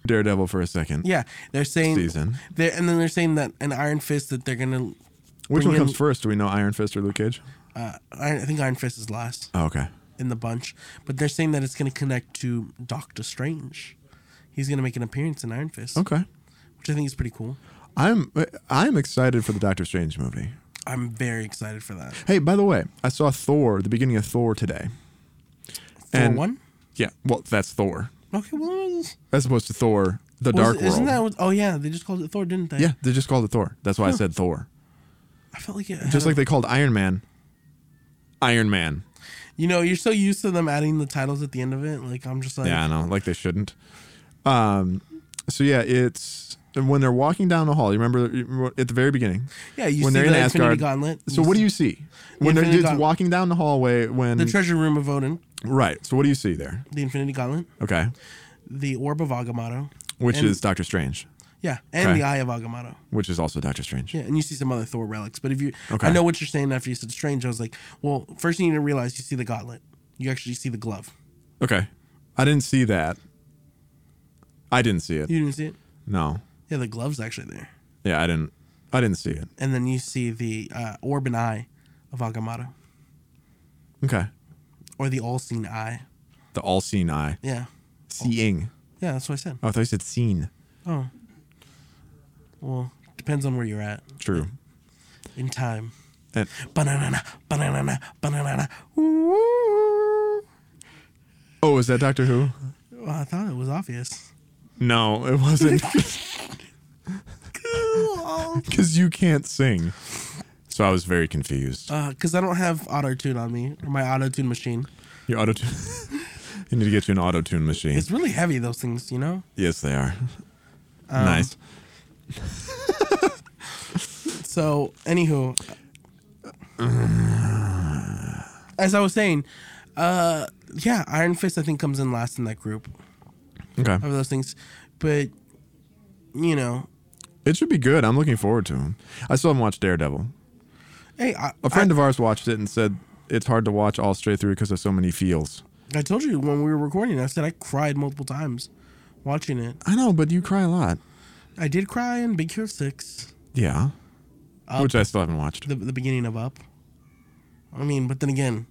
Speaker 3: Daredevil for a second.
Speaker 2: yeah. They're saying
Speaker 3: Season.
Speaker 2: They're, and then they're saying that an Iron Fist that they're gonna
Speaker 3: Which
Speaker 2: bring
Speaker 3: one
Speaker 2: in-
Speaker 3: comes first? Do we know Iron Fist or Luke Cage?
Speaker 2: Uh, I I think Iron Fist is last
Speaker 3: Oh, okay.
Speaker 2: in the bunch, but they're saying that it's going to connect to Doctor Strange. He's going to make an appearance in Iron Fist,
Speaker 3: Okay.
Speaker 2: which I think is pretty cool.
Speaker 3: I'm I'm excited for the Doctor Strange movie.
Speaker 2: I'm very excited for that.
Speaker 3: Hey, by the way, I saw Thor, the beginning of Thor today.
Speaker 2: Thor
Speaker 3: And-
Speaker 2: one.
Speaker 3: Yeah, well, that's Thor.
Speaker 2: Okay, well, was,
Speaker 3: As opposed to Thor, the Dark
Speaker 2: was,
Speaker 3: World.
Speaker 2: isn't that? What, oh yeah, they just called it Thor, didn't they?
Speaker 3: yeah, they just called it Thor. That's why I said Thor.
Speaker 2: I felt like it.
Speaker 3: Just like they called Iron Man. Iron Man.
Speaker 2: you know, you're so used to them adding the titles at the end of it. Like I'm just like,
Speaker 3: Yeah, I know. Like they shouldn't. Um, so yeah, it's when they're walking down the hall. You remember you remember at the very beginning.
Speaker 2: Yeah, you
Speaker 3: when
Speaker 2: see
Speaker 3: they're
Speaker 2: the
Speaker 3: in
Speaker 2: Infinity
Speaker 3: Asgard.
Speaker 2: Gauntlet.
Speaker 3: So
Speaker 2: You
Speaker 3: what do
Speaker 2: see-
Speaker 3: you see when they're
Speaker 2: Infinity
Speaker 3: just
Speaker 2: Gaunt-
Speaker 3: walking down the hallway? When
Speaker 2: the treasure room of Odin,
Speaker 3: right. So what do you see there?
Speaker 2: the Infinity Gauntlet,
Speaker 3: Okay,
Speaker 2: the Orb of Agamotto,
Speaker 3: which
Speaker 2: And-
Speaker 3: is Doctor Strange,
Speaker 2: yeah, and
Speaker 3: Okay.
Speaker 2: the Eye of Agamotto.
Speaker 3: which is also Doctor Strange.
Speaker 2: Yeah, and you see some other Thor relics. But if you,
Speaker 3: Okay.
Speaker 2: I know what you're saying after you said strange. I was like, well, first thing you need to realize, you see the gauntlet. You actually see the glove.
Speaker 3: Okay, I didn't see that. I didn't see it.
Speaker 2: You didn't see it?
Speaker 3: No.
Speaker 2: Yeah, the glove's actually there.
Speaker 3: Yeah, I didn't. I didn't see it.
Speaker 2: And then you see the uh, orb and eye of Agamotto,
Speaker 3: Okay.
Speaker 2: or the all-seeing eye.
Speaker 3: The all-seeing eye,
Speaker 2: Yeah,
Speaker 3: seeing.
Speaker 2: yeah, that's what I said.
Speaker 3: Oh, I thought you said seen.
Speaker 2: Oh, well, depends on where you're at
Speaker 3: True.
Speaker 2: in time.
Speaker 3: And-
Speaker 2: Banana, banana, banana. Ooh.
Speaker 3: oh, is that Doctor Who?
Speaker 2: Well, I thought it was obvious.
Speaker 3: No, it wasn't. Because you can't sing. So I was very confused.
Speaker 2: Because Uh, I don't have auto tune on me or my auto tune machine.
Speaker 3: Your auto tune. you need to get you an auto tune machine.
Speaker 2: It's really heavy, those things, you know?
Speaker 3: Yes, they are. nice.
Speaker 2: So, anywho, as I was saying, uh, yeah, Iron Fist I think comes in last in that group
Speaker 3: Okay.
Speaker 2: of those things, but you know,
Speaker 3: It should be good. I'm looking forward to them. I still haven't watched Daredevil.
Speaker 2: hey, I,
Speaker 3: A friend of ours watched it and said it's hard to watch all straight through because of so many feels.
Speaker 2: I, I told you when we were recording, I said I cried multiple times watching it.
Speaker 3: I know, but you cry a lot.
Speaker 2: I did cry in Big Hero Six,
Speaker 3: Yeah. Which I still haven't watched.
Speaker 2: the the beginning of Up. I mean, but then again,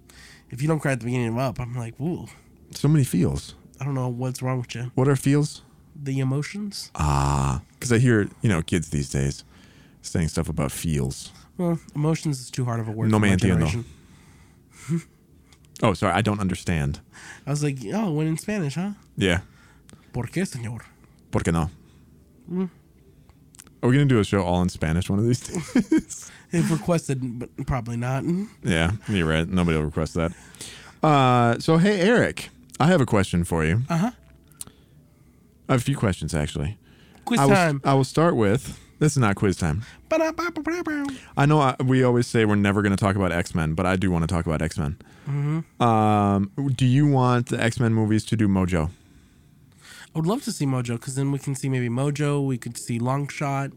Speaker 2: if you don't cry at the beginning of Up, I'm like, whoa,
Speaker 3: So many feels.
Speaker 2: I don't know what's wrong with you.
Speaker 3: What are feels?
Speaker 2: The emotions.
Speaker 3: Because I hear, you know, kids these days saying stuff about feels.
Speaker 2: Well, emotions is too hard of a word.
Speaker 3: No
Speaker 2: for
Speaker 3: me
Speaker 2: my
Speaker 3: entiendo.
Speaker 2: generation.
Speaker 3: Oh, sorry. I don't understand.
Speaker 2: I was like, oh, when in Spanish, huh?
Speaker 3: Yeah.
Speaker 2: ¿Por qué, señor?
Speaker 3: ¿Por qué no? Mm. Are we going to do a show all in Spanish one of these days?
Speaker 2: If requested, but probably not.
Speaker 3: yeah, you're right. Nobody will request that. Uh, so, hey, Eric, I have a question for you. Uh huh. I have a few questions, actually.
Speaker 2: Quiz
Speaker 3: I will,
Speaker 2: time.
Speaker 3: I will start with this is not quiz time.
Speaker 2: Ba-da-ba-ba-ba-ba.
Speaker 3: I know I, we always say we're never going to talk about X Men, but I do want to talk about X Men. Um, do you want the X Men movies to do Mojo?
Speaker 2: I would love to see Mojo because then we can see maybe Mojo. We could see Longshot.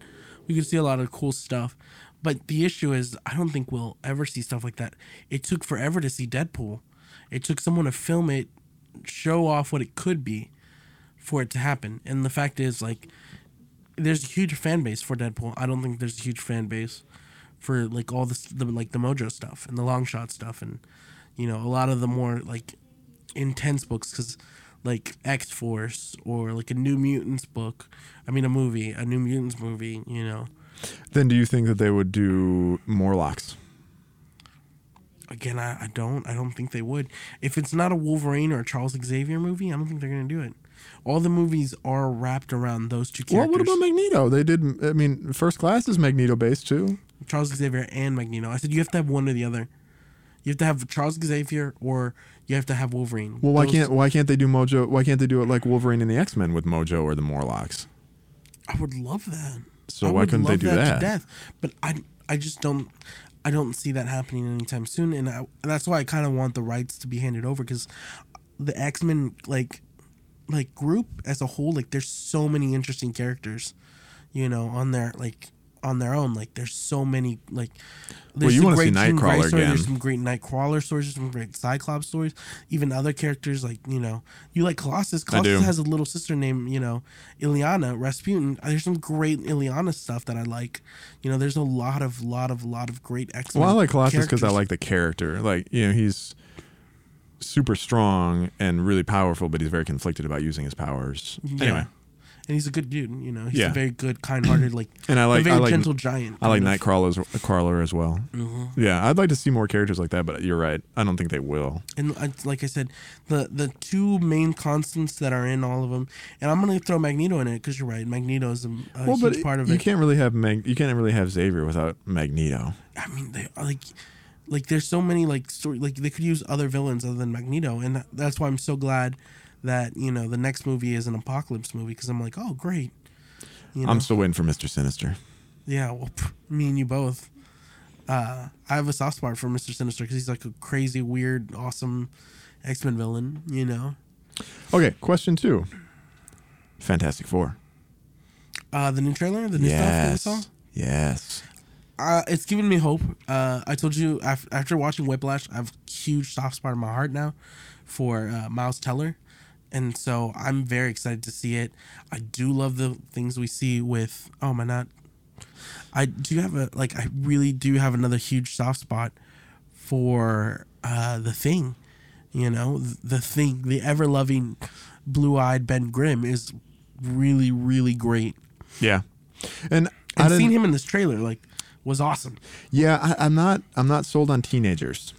Speaker 2: We could see a lot of cool stuff. But the issue is, I don't think we'll ever see stuff like that. It took forever to see Deadpool. It took someone to film it, show off what it could be, for it to happen. And the fact is, like, there's a huge fan base for Deadpool. I don't think there's a huge fan base for like all this, the like the Mojo stuff and the long shot stuff, and you know a lot of the more like intense books because like X Force or like a New Mutants book. I mean, a movie, a New Mutants movie. You know,
Speaker 3: Then do you think that they would do Morlocks?
Speaker 2: again, I, I don't, I don't think they would. If it's not a Wolverine or a Charles Xavier movie, I don't think they're gonna do it. All the movies are wrapped around those two
Speaker 3: Well,
Speaker 2: characters.
Speaker 3: what about Magneto? They did. I mean, First Class is Magneto based too.
Speaker 2: Charles Xavier and Magneto? I said you have to have one or the other. You have to have Charles Xavier or you have to have Wolverine.
Speaker 3: Well, why
Speaker 2: Those-
Speaker 3: can't why can't they do Mojo? Why can't they do it like Wolverine and the X Men with Mojo or the Morlocks?
Speaker 2: I would love that.
Speaker 3: So
Speaker 2: I
Speaker 3: why
Speaker 2: would
Speaker 3: couldn't they
Speaker 2: love
Speaker 3: do that?
Speaker 2: To death. But I, I just don't, I don't see that happening anytime soon, and I, that's why I kind of want the rights to be handed over because the X Men like, like group as a whole, like there's so many interesting characters, you know, on there like on their own. Like there's so many like. There's
Speaker 3: you
Speaker 2: some
Speaker 3: wanna see
Speaker 2: great Jean Grey
Speaker 3: Nightcrawler
Speaker 2: story,
Speaker 3: again.
Speaker 2: There's some great Nightcrawler stories. There's some great Cyclops stories. Even other characters like you know you like Colossus. Colossus
Speaker 3: do.
Speaker 2: has a little sister named you know Ileana Rasputin. There's some great Ileana stuff that I like. You know there's a lot of lot of lot of great X.
Speaker 3: Well, I like Colossus because I like the character. Like, you know, he's super strong and really powerful, but he's very conflicted about using his powers. Anyway,
Speaker 2: and he's a good dude. You know he's
Speaker 3: Yeah.
Speaker 2: a very good, kind-hearted like
Speaker 3: And I
Speaker 2: a
Speaker 3: like-
Speaker 2: very
Speaker 3: I like-
Speaker 2: gentle giant.
Speaker 3: I like
Speaker 2: kind of.
Speaker 3: Nightcrawler as, Crawler as well.
Speaker 2: Mm-hmm.
Speaker 3: Yeah, I'd like to see more characters like that, but you're right. I don't think they will.
Speaker 2: and I- like I said, the the two main constants that are in all of them, and I'm gonna throw Magneto in it because you're right. Magneto is a, a
Speaker 3: well,
Speaker 2: huge
Speaker 3: but
Speaker 2: part of
Speaker 3: you
Speaker 2: it.
Speaker 3: can't really have Mag- you can't really have Xavier without Magneto.
Speaker 2: I mean, they are like, like there's so many like story like they could use other villains other than Magneto, and that, that's why I'm so glad that you know the next movie is an apocalypse movie because I'm like, oh great, you know,
Speaker 3: I'm still waiting for Mister Sinister.
Speaker 2: yeah, well, pff, me and you both. Uh, I have a soft spot for Mister Sinister because he's like a crazy, weird, awesome X Men villain, you know.
Speaker 3: Okay, question two. Fantastic Four.
Speaker 2: Uh, the new trailer, the new
Speaker 3: Yes.
Speaker 2: stuff that we saw.
Speaker 3: Yes.
Speaker 2: uh, it's giving me hope. Uh, I told you af- after watching Whiplash, I have a huge soft spot in my heart now for uh, Miles Teller, and so I'm very excited to see it. I do love the things we see with. Oh my not, I do have a like. I really do have another huge soft spot for uh, the Thing. You know, th- the Thing, the ever loving, blue eyed Ben Grimm is really really great.
Speaker 3: Yeah. And, I
Speaker 2: And
Speaker 3: didn't,
Speaker 2: seeing him in this trailer like was awesome.
Speaker 3: yeah, I, I'm not I'm not sold on teenagers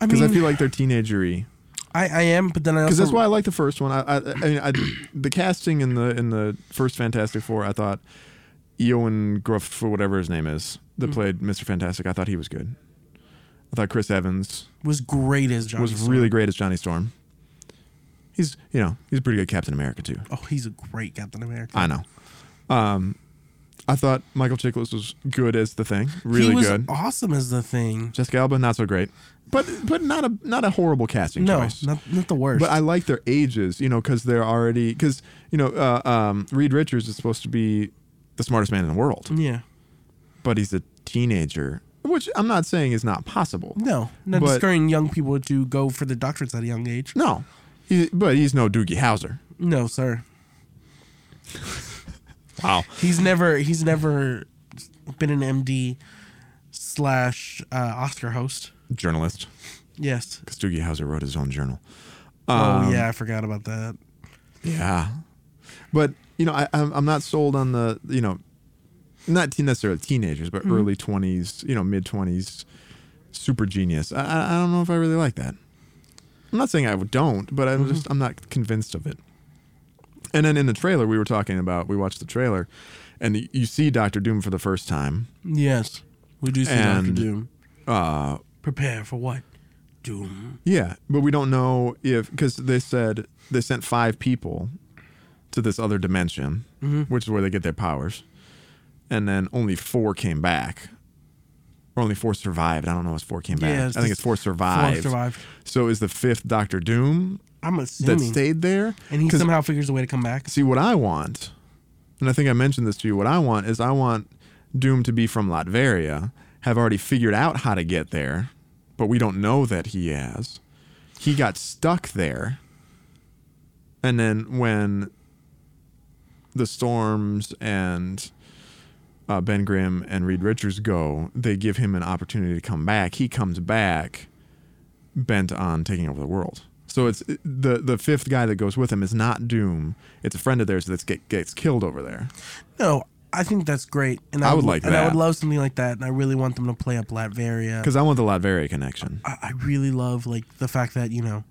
Speaker 2: I
Speaker 3: because
Speaker 2: mean,
Speaker 3: I feel like they're teenagery.
Speaker 2: I, I am, but then I also
Speaker 3: Because that's why I like the first one. I, I, I mean, I, the casting in the in the first Fantastic Four, I thought Ewan Gruff or whatever his name is
Speaker 2: Mm.
Speaker 3: that played Mister Fantastic. I thought he was good. I thought Chris Evans
Speaker 2: was great as John.
Speaker 3: was really great as Johnny Storm. He's you know he's a pretty good Captain America too.
Speaker 2: Oh, he's a great Captain America.
Speaker 3: I know. Um, I thought Michael Chiklis was good as the Thing. Really
Speaker 2: he was
Speaker 3: good.
Speaker 2: awesome as the thing.
Speaker 3: Jessica Alba not so great, but but not a not a horrible casting
Speaker 2: No,
Speaker 3: choice.
Speaker 2: not not the worst.
Speaker 3: But I like their ages, you know, because they're already because you know uh, um, Reed Richards is supposed to be the smartest man in the world,
Speaker 2: yeah,
Speaker 3: but he's a teenager, which I'm not saying is not possible.
Speaker 2: no, not
Speaker 3: But-
Speaker 2: discouraging young people to go for the doctorates at a young age.
Speaker 3: no, he, but he's no Doogie Howser.
Speaker 2: No, sir,
Speaker 3: Wow,
Speaker 2: he's never he's never been an MD slash uh, Oscar host.
Speaker 3: journalist,
Speaker 2: Yes.
Speaker 3: because Doogie Howser wrote his own journal. Um,
Speaker 2: oh yeah, I forgot about that.
Speaker 3: Yeah, but you know, I, I'm I'm not sold on the you know, not teen, necessarily teenagers, but early twenties, you know, mid twenties, super genius. I- I I don't know if I really like that. I'm not saying I don't, but I'm just I'm not convinced of it. And then in the trailer, we were talking about we watched the trailer, and y- you see Doctor Doom for the first time.
Speaker 2: Yes, we do see Doctor
Speaker 3: And- uh,
Speaker 2: Doom. Prepare for what? Doom.
Speaker 3: Yeah, but we don't know if because they said they sent five people to this other dimension,
Speaker 2: Mm-hmm.
Speaker 3: which is where they get their powers, and then only four came back, or only four survived. I don't know if four came back.
Speaker 2: Yeah,
Speaker 3: I
Speaker 2: it's
Speaker 3: think
Speaker 2: just
Speaker 3: it's four
Speaker 2: four
Speaker 3: survived.
Speaker 2: survived.
Speaker 3: So is the fifth Doctor Doom
Speaker 2: I'm
Speaker 3: that
Speaker 2: assuming.
Speaker 3: stayed there?
Speaker 2: and he
Speaker 3: 'Cause
Speaker 2: somehow figures a way to come back.
Speaker 3: see what I want, and I think I mentioned this to you. What I want is I want Doom to be from Latveria, have already figured out how to get there, but we don't know that he has. He got stuck there, and then when the storms and uh, Ben Grimm and Reed Richards go, they give him an opportunity to come back. He comes back bent on taking over the world. So it's the the fifth guy that goes with him is not Doom. It's a friend of theirs that get, gets killed over there.
Speaker 2: No, I think that's great, and
Speaker 3: I would like
Speaker 2: and I
Speaker 3: that.
Speaker 2: would love something like that, and I really want them to play up Latveria.
Speaker 3: Because I want the Latveria connection.
Speaker 2: I, I really love like the fact that you know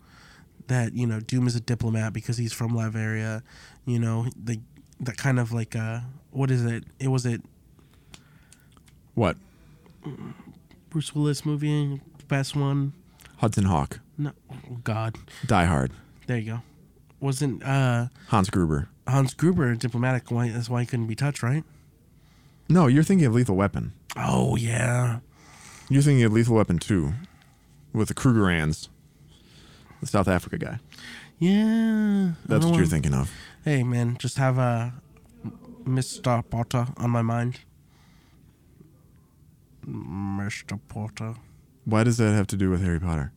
Speaker 2: that you know Doom is a diplomat because he's from Latveria. You know, the that kind of like uh, what is it? It was it
Speaker 3: What
Speaker 2: Bruce Willis movie, best one.
Speaker 3: Hudson Hawk,
Speaker 2: No, oh God,
Speaker 3: Die Hard,
Speaker 2: there you go. Wasn't uh,
Speaker 3: Hans Gruber.
Speaker 2: Hans Gruber diplomatic? Why that's why he couldn't be touched, right?
Speaker 3: No, you're thinking of Lethal Weapon.
Speaker 2: Oh yeah,
Speaker 3: You're thinking of Lethal Weapon Two, with the Krugerrands, the South Africa guy.
Speaker 2: yeah. Oh,
Speaker 3: That's
Speaker 2: Another
Speaker 3: what you're
Speaker 2: one.
Speaker 3: thinking of.
Speaker 2: Hey man, just have a Mr. Potter on my mind. Mr. Porter.
Speaker 3: Why does that have to do with Harry Potter?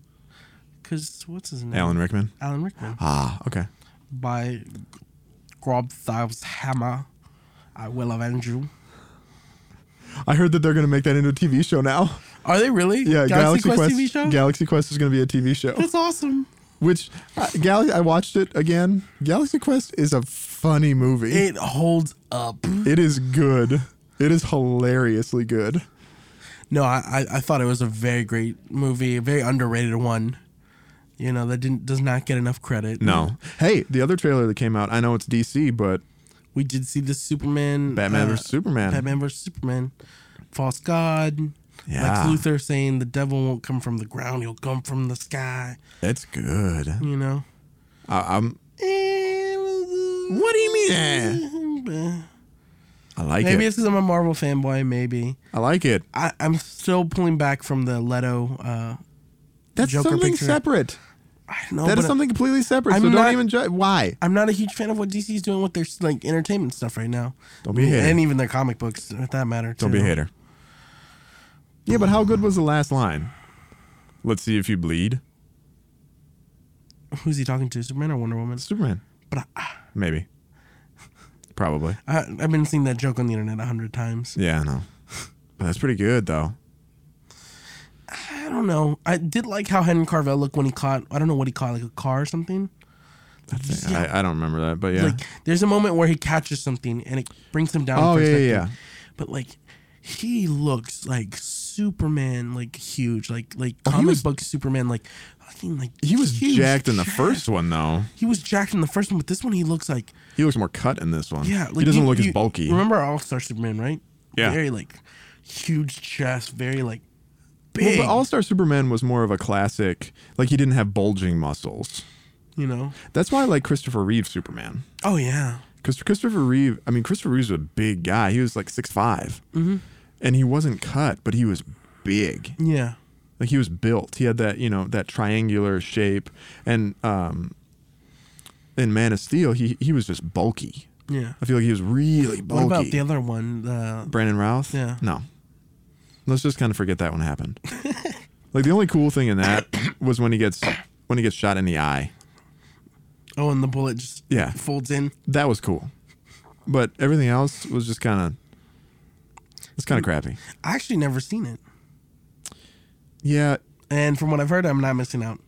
Speaker 2: Because what's his name?
Speaker 3: Alan Rickman.
Speaker 2: Alan Rickman.
Speaker 3: Ah, okay.
Speaker 2: By Grobthav's hammer, I will avenge you.
Speaker 3: I heard that they're going to make that into a TV show now.
Speaker 2: Are they really?
Speaker 3: Yeah,
Speaker 2: Galaxy, Quest, TV show.
Speaker 3: Galaxy Quest is going to be a TV show.
Speaker 2: That's awesome.
Speaker 3: Which uh, Gal- I watched it again. Galaxy Quest is a funny movie.
Speaker 2: It holds up.
Speaker 3: it is good. It is hilariously good.
Speaker 2: No, I, I, I thought it was a very great movie, a very underrated one. You know that didn't does not get enough credit.
Speaker 3: Hey, the other trailer that came out, I know it's DC, but
Speaker 2: we did see the Superman, uh,
Speaker 3: Batman versus Superman.
Speaker 2: Batman versus Superman, false god.
Speaker 3: Yeah.
Speaker 2: Lex Luthor saying the devil won't come from the ground; he'll come from the sky.
Speaker 3: that's good.
Speaker 2: You know.
Speaker 3: I, I'm.
Speaker 2: What
Speaker 3: do you mean, eh? I like
Speaker 2: Maybe
Speaker 3: it.
Speaker 2: it's because I'm a Marvel fanboy. Maybe
Speaker 3: I like it.
Speaker 2: I, I'm still pulling back from the Leto. Uh,
Speaker 3: That's
Speaker 2: Joker
Speaker 3: something
Speaker 2: picture.
Speaker 3: separate.
Speaker 2: I don't know.
Speaker 3: that
Speaker 2: but
Speaker 3: is something completely separate.
Speaker 2: I'm
Speaker 3: so
Speaker 2: not-
Speaker 3: don't even judge. Why?
Speaker 2: I'm not a huge fan of what DC is doing with their like entertainment stuff right now.
Speaker 3: Don't be a hater.
Speaker 2: and even their comic books, for that matter.
Speaker 3: Don't be a
Speaker 2: too.
Speaker 3: hater. Yeah, but how good was the last line? Let's see if you bleed.
Speaker 2: Who's he talking to? Superman or Wonder Woman?
Speaker 3: Superman.
Speaker 2: But I,
Speaker 3: Maybe. Probably.
Speaker 2: I, I've been seeing that joke on the internet a hundred times.
Speaker 3: Yeah, I know. But that's pretty good, though.
Speaker 2: I don't know. I did like how Henry Carvel looked when he caught. I don't know what he caught, like a car or something.
Speaker 3: I, I don't remember that, but yeah.
Speaker 2: Like there's a moment where he catches something and it brings him down.
Speaker 3: Oh,
Speaker 2: for a
Speaker 3: yeah, yeah,
Speaker 2: second. But like he looks like Superman, like huge, like like comic
Speaker 3: Oh, was-
Speaker 2: book Superman, like fucking like
Speaker 3: he was
Speaker 2: huge,
Speaker 3: jacked in the
Speaker 2: jacked.
Speaker 3: first one, though.
Speaker 2: He was jacked in the first one, but this one he looks like
Speaker 3: He looks more cut in this one.
Speaker 2: yeah. Like
Speaker 3: he doesn't
Speaker 2: you-
Speaker 3: look as
Speaker 2: you-
Speaker 3: bulky.
Speaker 2: Remember our All Star Superman, right?
Speaker 3: Yeah.
Speaker 2: Very like huge chest, very like
Speaker 3: Well,
Speaker 2: big.
Speaker 3: but All Star Superman was more of a classic. Like he didn't have bulging muscles.
Speaker 2: you know.
Speaker 3: That's why I like Christopher Reeve Superman.
Speaker 2: Oh yeah.
Speaker 3: Because Christopher Reeve, I mean, Christopher Reeve's a big guy. He was like 6'5". Mm-hmm. And he wasn't cut, but he was big.
Speaker 2: Yeah.
Speaker 3: Like he was built. He had that, you know, that triangular shape. And um, in Man of Steel, he, he was just bulky.
Speaker 2: Yeah.
Speaker 3: I feel like he was really bulky.
Speaker 2: What about the other one? The
Speaker 3: Brandon Routh?
Speaker 2: Yeah.
Speaker 3: No. Let's just kind of forget that one happened. like the only cool thing in that was when he gets when he gets shot in the eye.
Speaker 2: oh, and the bullet just
Speaker 3: Yeah.
Speaker 2: folds in.
Speaker 3: That was cool. But everything else was just kind of it's
Speaker 2: Mm.
Speaker 3: kind of crappy.
Speaker 2: I actually never seen it,
Speaker 3: Yeah,
Speaker 2: and from what I've heard, I'm not missing out.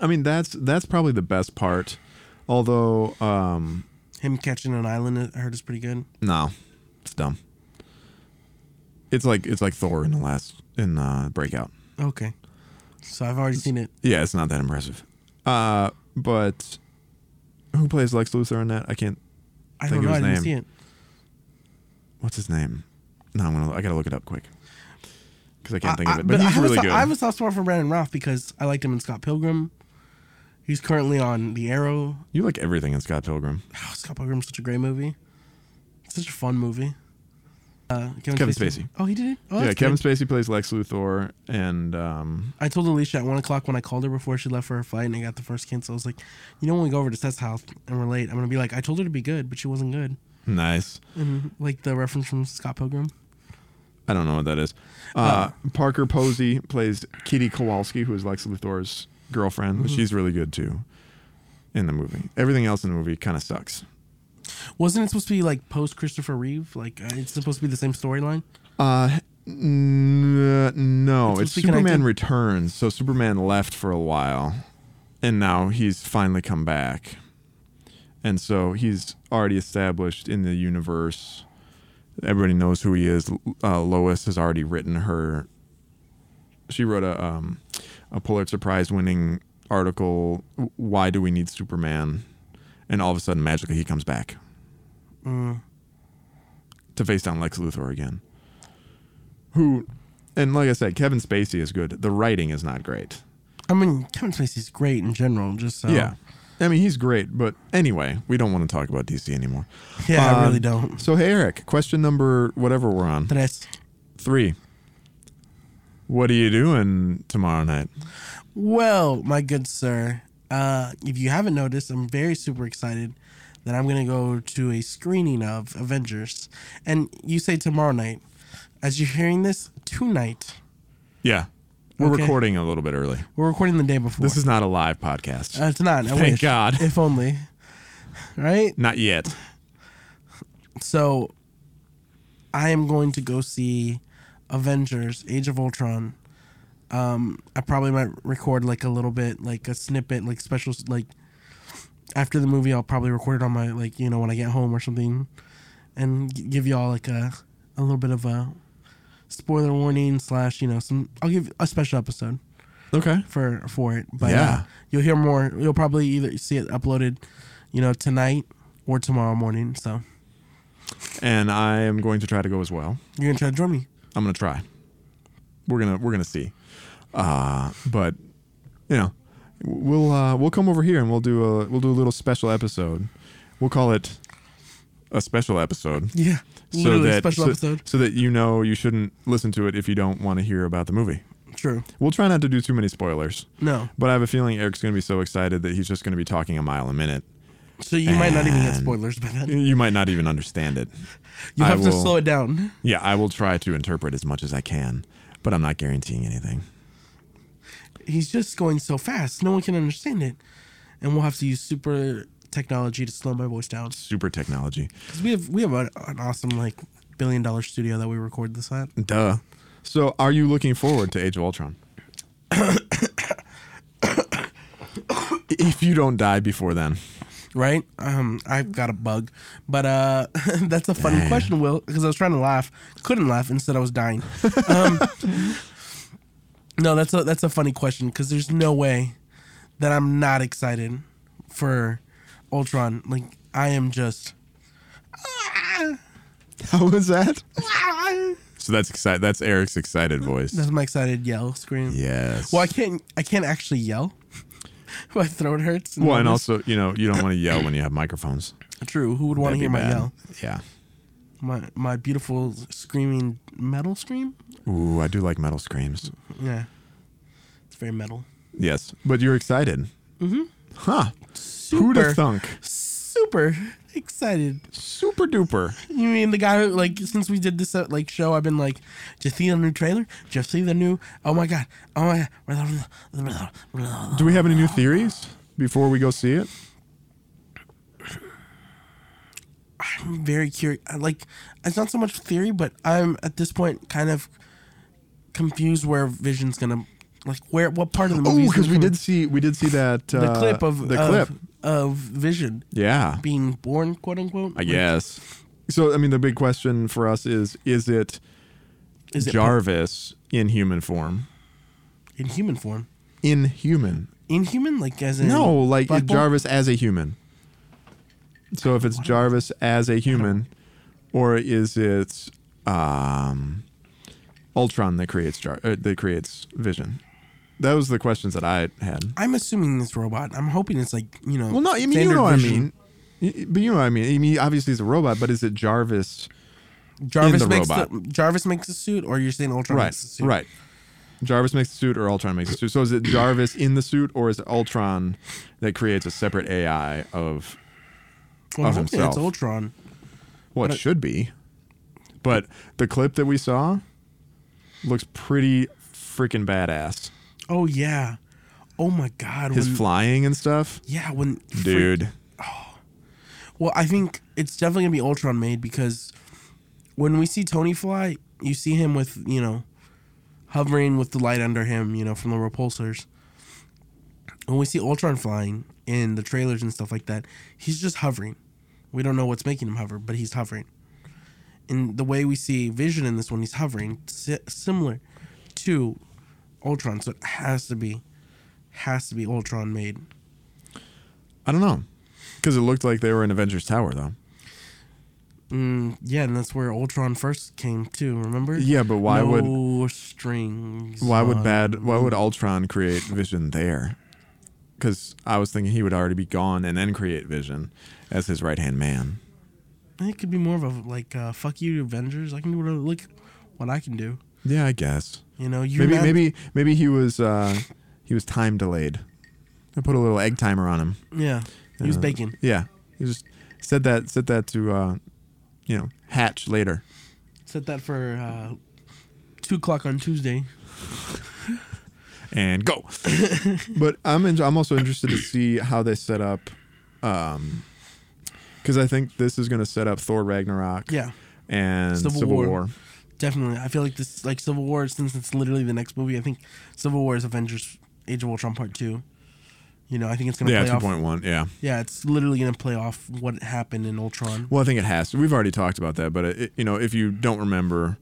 Speaker 3: I mean that's that's probably the best part. Although um
Speaker 2: Him catching an island, I heard is pretty good.
Speaker 3: no, it's dumb. It's like it's like Thor in the last in uh, Breakout.
Speaker 2: Okay, so I've already seen it.
Speaker 3: Yeah, it's not that impressive. Uh but who plays Lex Luthor in that? I can't
Speaker 2: I
Speaker 3: Think
Speaker 2: don't
Speaker 3: of
Speaker 2: know. I
Speaker 3: his
Speaker 2: didn't
Speaker 3: name.
Speaker 2: see it.
Speaker 3: what's his name? No, I'm gonna. I gotta look it up quick because I can't think
Speaker 2: I-
Speaker 3: of
Speaker 2: I-
Speaker 3: it. But,
Speaker 2: I
Speaker 3: he's
Speaker 2: have a
Speaker 3: really
Speaker 2: so-
Speaker 3: good.
Speaker 2: I have a soft spot for Brandon Roth because I liked him in Scott Pilgrim. He's currently on The Arrow.
Speaker 3: you like everything in Scott Pilgrim.
Speaker 2: Oh, Scott Pilgrim's such a great movie. such a fun movie. Uh, Kevin,
Speaker 3: Kevin Spacey.
Speaker 2: Oh, he did it. Oh,
Speaker 3: yeah,
Speaker 2: that's
Speaker 3: Kevin
Speaker 2: good.
Speaker 3: Spacey plays Lex Luthor, and um,
Speaker 2: I told Alicia at one o'clock when I called her before she left for her flight and I got the first cancel. I was like, you know, when we go over to Seth's house and we're late, I'm gonna be like, I told her to be good, but she wasn't good.
Speaker 3: nice.
Speaker 2: And like the reference from Scott Pilgrim.
Speaker 3: I don't know what that is. Uh, Parker Posey plays Kitty Kowalski, who is Lex Luthor's girlfriend. but She's really good too in the movie. Everything else in the movie kind of sucks.
Speaker 2: Wasn't it supposed to be like post Christopher Reeve? Like uh, it's supposed to be the same storyline.
Speaker 3: Uh, n- no,
Speaker 2: It's
Speaker 3: it's,
Speaker 2: supposed to be
Speaker 3: Superman
Speaker 2: connected?
Speaker 3: Returns. So Superman left for a while, and now he's finally come back, and so he's already established in the universe. Everybody knows who he is. L- Uh, Lois has already written her. She wrote a um, a Pulitzer Prize winning article. Why do we need Superman? And all of a sudden, magically, he comes back to face down Lex Luthor again. Who, and like I said, Kevin Spacey is good. The writing is not great.
Speaker 2: I mean, Kevin Spacey's great in general. Just so.
Speaker 3: Yeah. I mean, he's great, but anyway, we don't want to talk about DC anymore.
Speaker 2: Yeah, I
Speaker 3: Um,
Speaker 2: really don't.
Speaker 3: So, hey, Eric, question number whatever we're on
Speaker 2: Tres.
Speaker 3: three. What are you doing tomorrow night?
Speaker 2: Well, my good sir, uh, if you haven't noticed, I'm very super excited that I'm going to go to a screening of Avengers. And you say tomorrow night. as you're hearing this tonight,
Speaker 3: Yeah. We're
Speaker 2: Okay.
Speaker 3: recording a little bit early.
Speaker 2: we're recording the day before.
Speaker 3: This is not a live podcast.
Speaker 2: uh, it's not. I
Speaker 3: Thank
Speaker 2: wish.
Speaker 3: God.
Speaker 2: If only. Right.
Speaker 3: not yet.
Speaker 2: So, I am going to go see Avengers: Age of Ultron. Um, I probably might record like a little bit, like a snippet, like special, like after the movie. I'll probably record it on my like you know when I get home or something, and g- give y'all like a a little bit of a spoiler warning slash you know some. I'll give a special episode
Speaker 3: Okay.
Speaker 2: for for it. But
Speaker 3: Yeah.
Speaker 2: uh, you'll hear more. You'll probably either see it uploaded, you know, tonight or tomorrow morning. So
Speaker 3: And I am going to try to go as well.
Speaker 2: you're gonna try to join me.
Speaker 3: I'm gonna try. We're gonna we're gonna see. Uh, but you know, we'll uh, we'll come over here and we'll do a we'll do a little special episode. We'll call it a special episode.
Speaker 2: Yeah. Literally a special
Speaker 3: so,
Speaker 2: episode.
Speaker 3: so that you know you shouldn't listen to it if you don't want to hear about the movie.
Speaker 2: True.
Speaker 3: We'll try not to do too many spoilers.
Speaker 2: No.
Speaker 3: But I have a feeling Eric's going to be so excited that he's just going to be talking a mile a minute.
Speaker 2: So you might not even get
Speaker 3: And-
Speaker 2: spoilers by then.
Speaker 3: You might not even understand it.
Speaker 2: You
Speaker 3: I
Speaker 2: have to
Speaker 3: will-
Speaker 2: slow it down.
Speaker 3: Yeah, I will try to interpret as much as I can, but I'm not guaranteeing anything.
Speaker 2: He's just going so fast, no one can understand it, and we'll have to use super technology to slow my voice down.
Speaker 3: Super technology.
Speaker 2: 'Cause we have we have an, an awesome like billion dollar studio that we record this at.
Speaker 3: Duh. So, are you looking forward to Age of Ultron? if you don't die before then,
Speaker 2: right? Um, I've got a bug, but uh, that's a funny
Speaker 3: Damn.
Speaker 2: question, Will, because I was trying to laugh, couldn't laugh, instead I was dying. Um, no, that's a that's a funny question because there's no way that I'm not excited for Ultron. Like I am just
Speaker 3: how was that? so that's excited. That's Eric's excited voice.
Speaker 2: that's my excited yell scream.
Speaker 3: Yes.
Speaker 2: Well, I can't I can't actually yell. my throat hurts.
Speaker 3: Well, and
Speaker 2: nervous.
Speaker 3: also, you know, you don't want to yell when you have microphones.
Speaker 2: true. Who would want to
Speaker 3: That'd
Speaker 2: hear
Speaker 3: be
Speaker 2: my
Speaker 3: bad.
Speaker 2: yell?
Speaker 3: Yeah.
Speaker 2: My my beautiful screaming metal scream.
Speaker 3: Ooh, I do like metal screams.
Speaker 2: Yeah, it's very metal.
Speaker 3: Yes, but you're excited. Mm-hmm. Huh? Who'd have thunk?
Speaker 2: super excited.
Speaker 3: Super duper.
Speaker 2: You mean the guy who, like since we did this uh, like show, I've been like, "Did you see the new trailer? Did you see the new? Oh my god! Oh my god!"
Speaker 3: Do we have any new theories before we go see it?
Speaker 2: I'm very curious. Like, it's not so much theory, but I'm at this point kind of confused where Vision's gonna, like, where what part of the movie?
Speaker 3: Oh,
Speaker 2: is
Speaker 3: because
Speaker 2: gonna
Speaker 3: we
Speaker 2: come-
Speaker 3: did see we did see that
Speaker 2: the
Speaker 3: uh,
Speaker 2: clip of
Speaker 3: the
Speaker 2: of,
Speaker 3: clip.
Speaker 2: of Vision
Speaker 3: Yeah,
Speaker 2: being born, quote unquote.
Speaker 3: I guess. So I mean, the big question for us is: Is it
Speaker 2: is it
Speaker 3: Jarvis in human form?
Speaker 2: in human form?
Speaker 3: In human?
Speaker 2: Inhuman, like as in
Speaker 3: No, like
Speaker 2: Black Bolt?
Speaker 3: Jarvis as a human. So if it's Jarvis as a human, or is it um, Ultron that creates Jar uh, that creates Vision? That was the questions that I had.
Speaker 2: I'm assuming this robot. I'm hoping it's like you know.
Speaker 3: Well, no, I mean you
Speaker 2: standard
Speaker 3: know what I
Speaker 2: vision.
Speaker 3: mean. Y- y- But you know what I mean. I mean, obviously he's a robot, but is it Jarvis?
Speaker 2: Jarvis
Speaker 3: the
Speaker 2: makes
Speaker 3: robot.
Speaker 2: The, Jarvis makes a suit, or you're saying Ultron
Speaker 3: Right,
Speaker 2: makes a suit.
Speaker 3: right. Jarvis makes the suit, or Ultron makes the suit. So is it Jarvis in the suit, or is it Ultron that creates a separate AI of
Speaker 2: Well,
Speaker 3: Of
Speaker 2: I'm hoping
Speaker 3: himself.
Speaker 2: It's Ultron.
Speaker 3: Well, it should be. But the clip that we saw looks pretty freaking badass.
Speaker 2: Oh yeah. Oh my God.
Speaker 3: His
Speaker 2: when,
Speaker 3: flying and stuff.
Speaker 2: Yeah. When. freak-
Speaker 3: Dude.
Speaker 2: well, I think it's definitely gonna be Ultron made because when we see Tony fly, you see him with you know hovering with the light under him, you know, from the repulsors. When we see Ultron flying in the trailers and stuff like that, he's just hovering. We don't know what's making him hover, but he's hovering. And the way we see Vision in this one, he's hovering, si- similar to Ultron. So it has to be, has to be Ultron made.
Speaker 3: I don't know. Because it looked like they were in Avengers Tower, though.
Speaker 2: Mm, Yeah, and that's where Ultron first came too. Remember?
Speaker 3: Yeah, but why would-
Speaker 2: no strings?
Speaker 3: Why would
Speaker 2: on-
Speaker 3: bad? Why would Ultron create Vision there? Because I was thinking he would already be gone and then create Vision as his right hand man.
Speaker 2: It could be more of a like uh, fuck you, Avengers. I can do whatever. Look what I can do.
Speaker 3: Yeah, I guess.
Speaker 2: You know, you
Speaker 3: Maybe
Speaker 2: imag-
Speaker 3: maybe maybe he was uh, he was time delayed. I put a little egg timer on him.
Speaker 2: yeah. Use
Speaker 3: Uh,
Speaker 2: bacon.
Speaker 3: Yeah, he just said that said that to uh, you know Hatch later.
Speaker 2: Set that for uh, two o'clock on Tuesday.
Speaker 3: and go. but I'm in, I'm also interested to see how they set up, um, because I think this is going to set up Thor Ragnarok.
Speaker 2: Yeah.
Speaker 3: And
Speaker 2: Civil
Speaker 3: Civil,
Speaker 2: War.
Speaker 3: War.
Speaker 2: Definitely. I feel like this, like Civil War, since it's literally the next movie, I think Civil War is Avengers Age of Ultron Part 2. You know, I think it's going to
Speaker 3: Yeah,
Speaker 2: play
Speaker 3: two
Speaker 2: off.
Speaker 3: point one. Yeah.
Speaker 2: Yeah, it's literally going to play off what happened in Ultron.
Speaker 3: Well, I think it has. to. We've already talked about that, but uh, it, you know, if you don't remember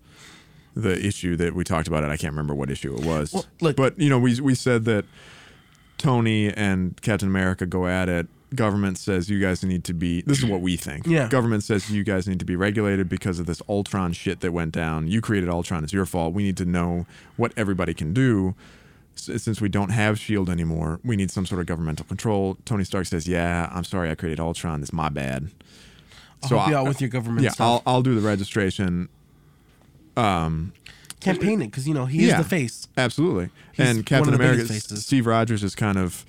Speaker 3: the issue that we talked about, it I can't remember what issue it was.
Speaker 2: Well, look-
Speaker 3: but you know, we we said that Tony and Captain America go at it. Government says you guys need to be. This is what we think.
Speaker 2: Yeah.
Speaker 3: Government says you guys need to be regulated because of this Ultron shit that went down. You created Ultron. It's your fault. We need to know what everybody can do. S- Since we don't have Shield anymore, we need some sort of governmental control. Tony Stark says, "Yeah, I'm sorry, I created Ultron. It's my bad."
Speaker 2: I'll help you out with your government
Speaker 3: yeah,
Speaker 2: stuff.
Speaker 3: I'll I'll do the registration.
Speaker 2: Campaign it because, you know, he
Speaker 3: yeah,
Speaker 2: is the face.
Speaker 3: Absolutely.
Speaker 2: He's
Speaker 3: and Captain
Speaker 2: one of the
Speaker 3: America,
Speaker 2: biggest faces.
Speaker 3: Steve Rogers is kind of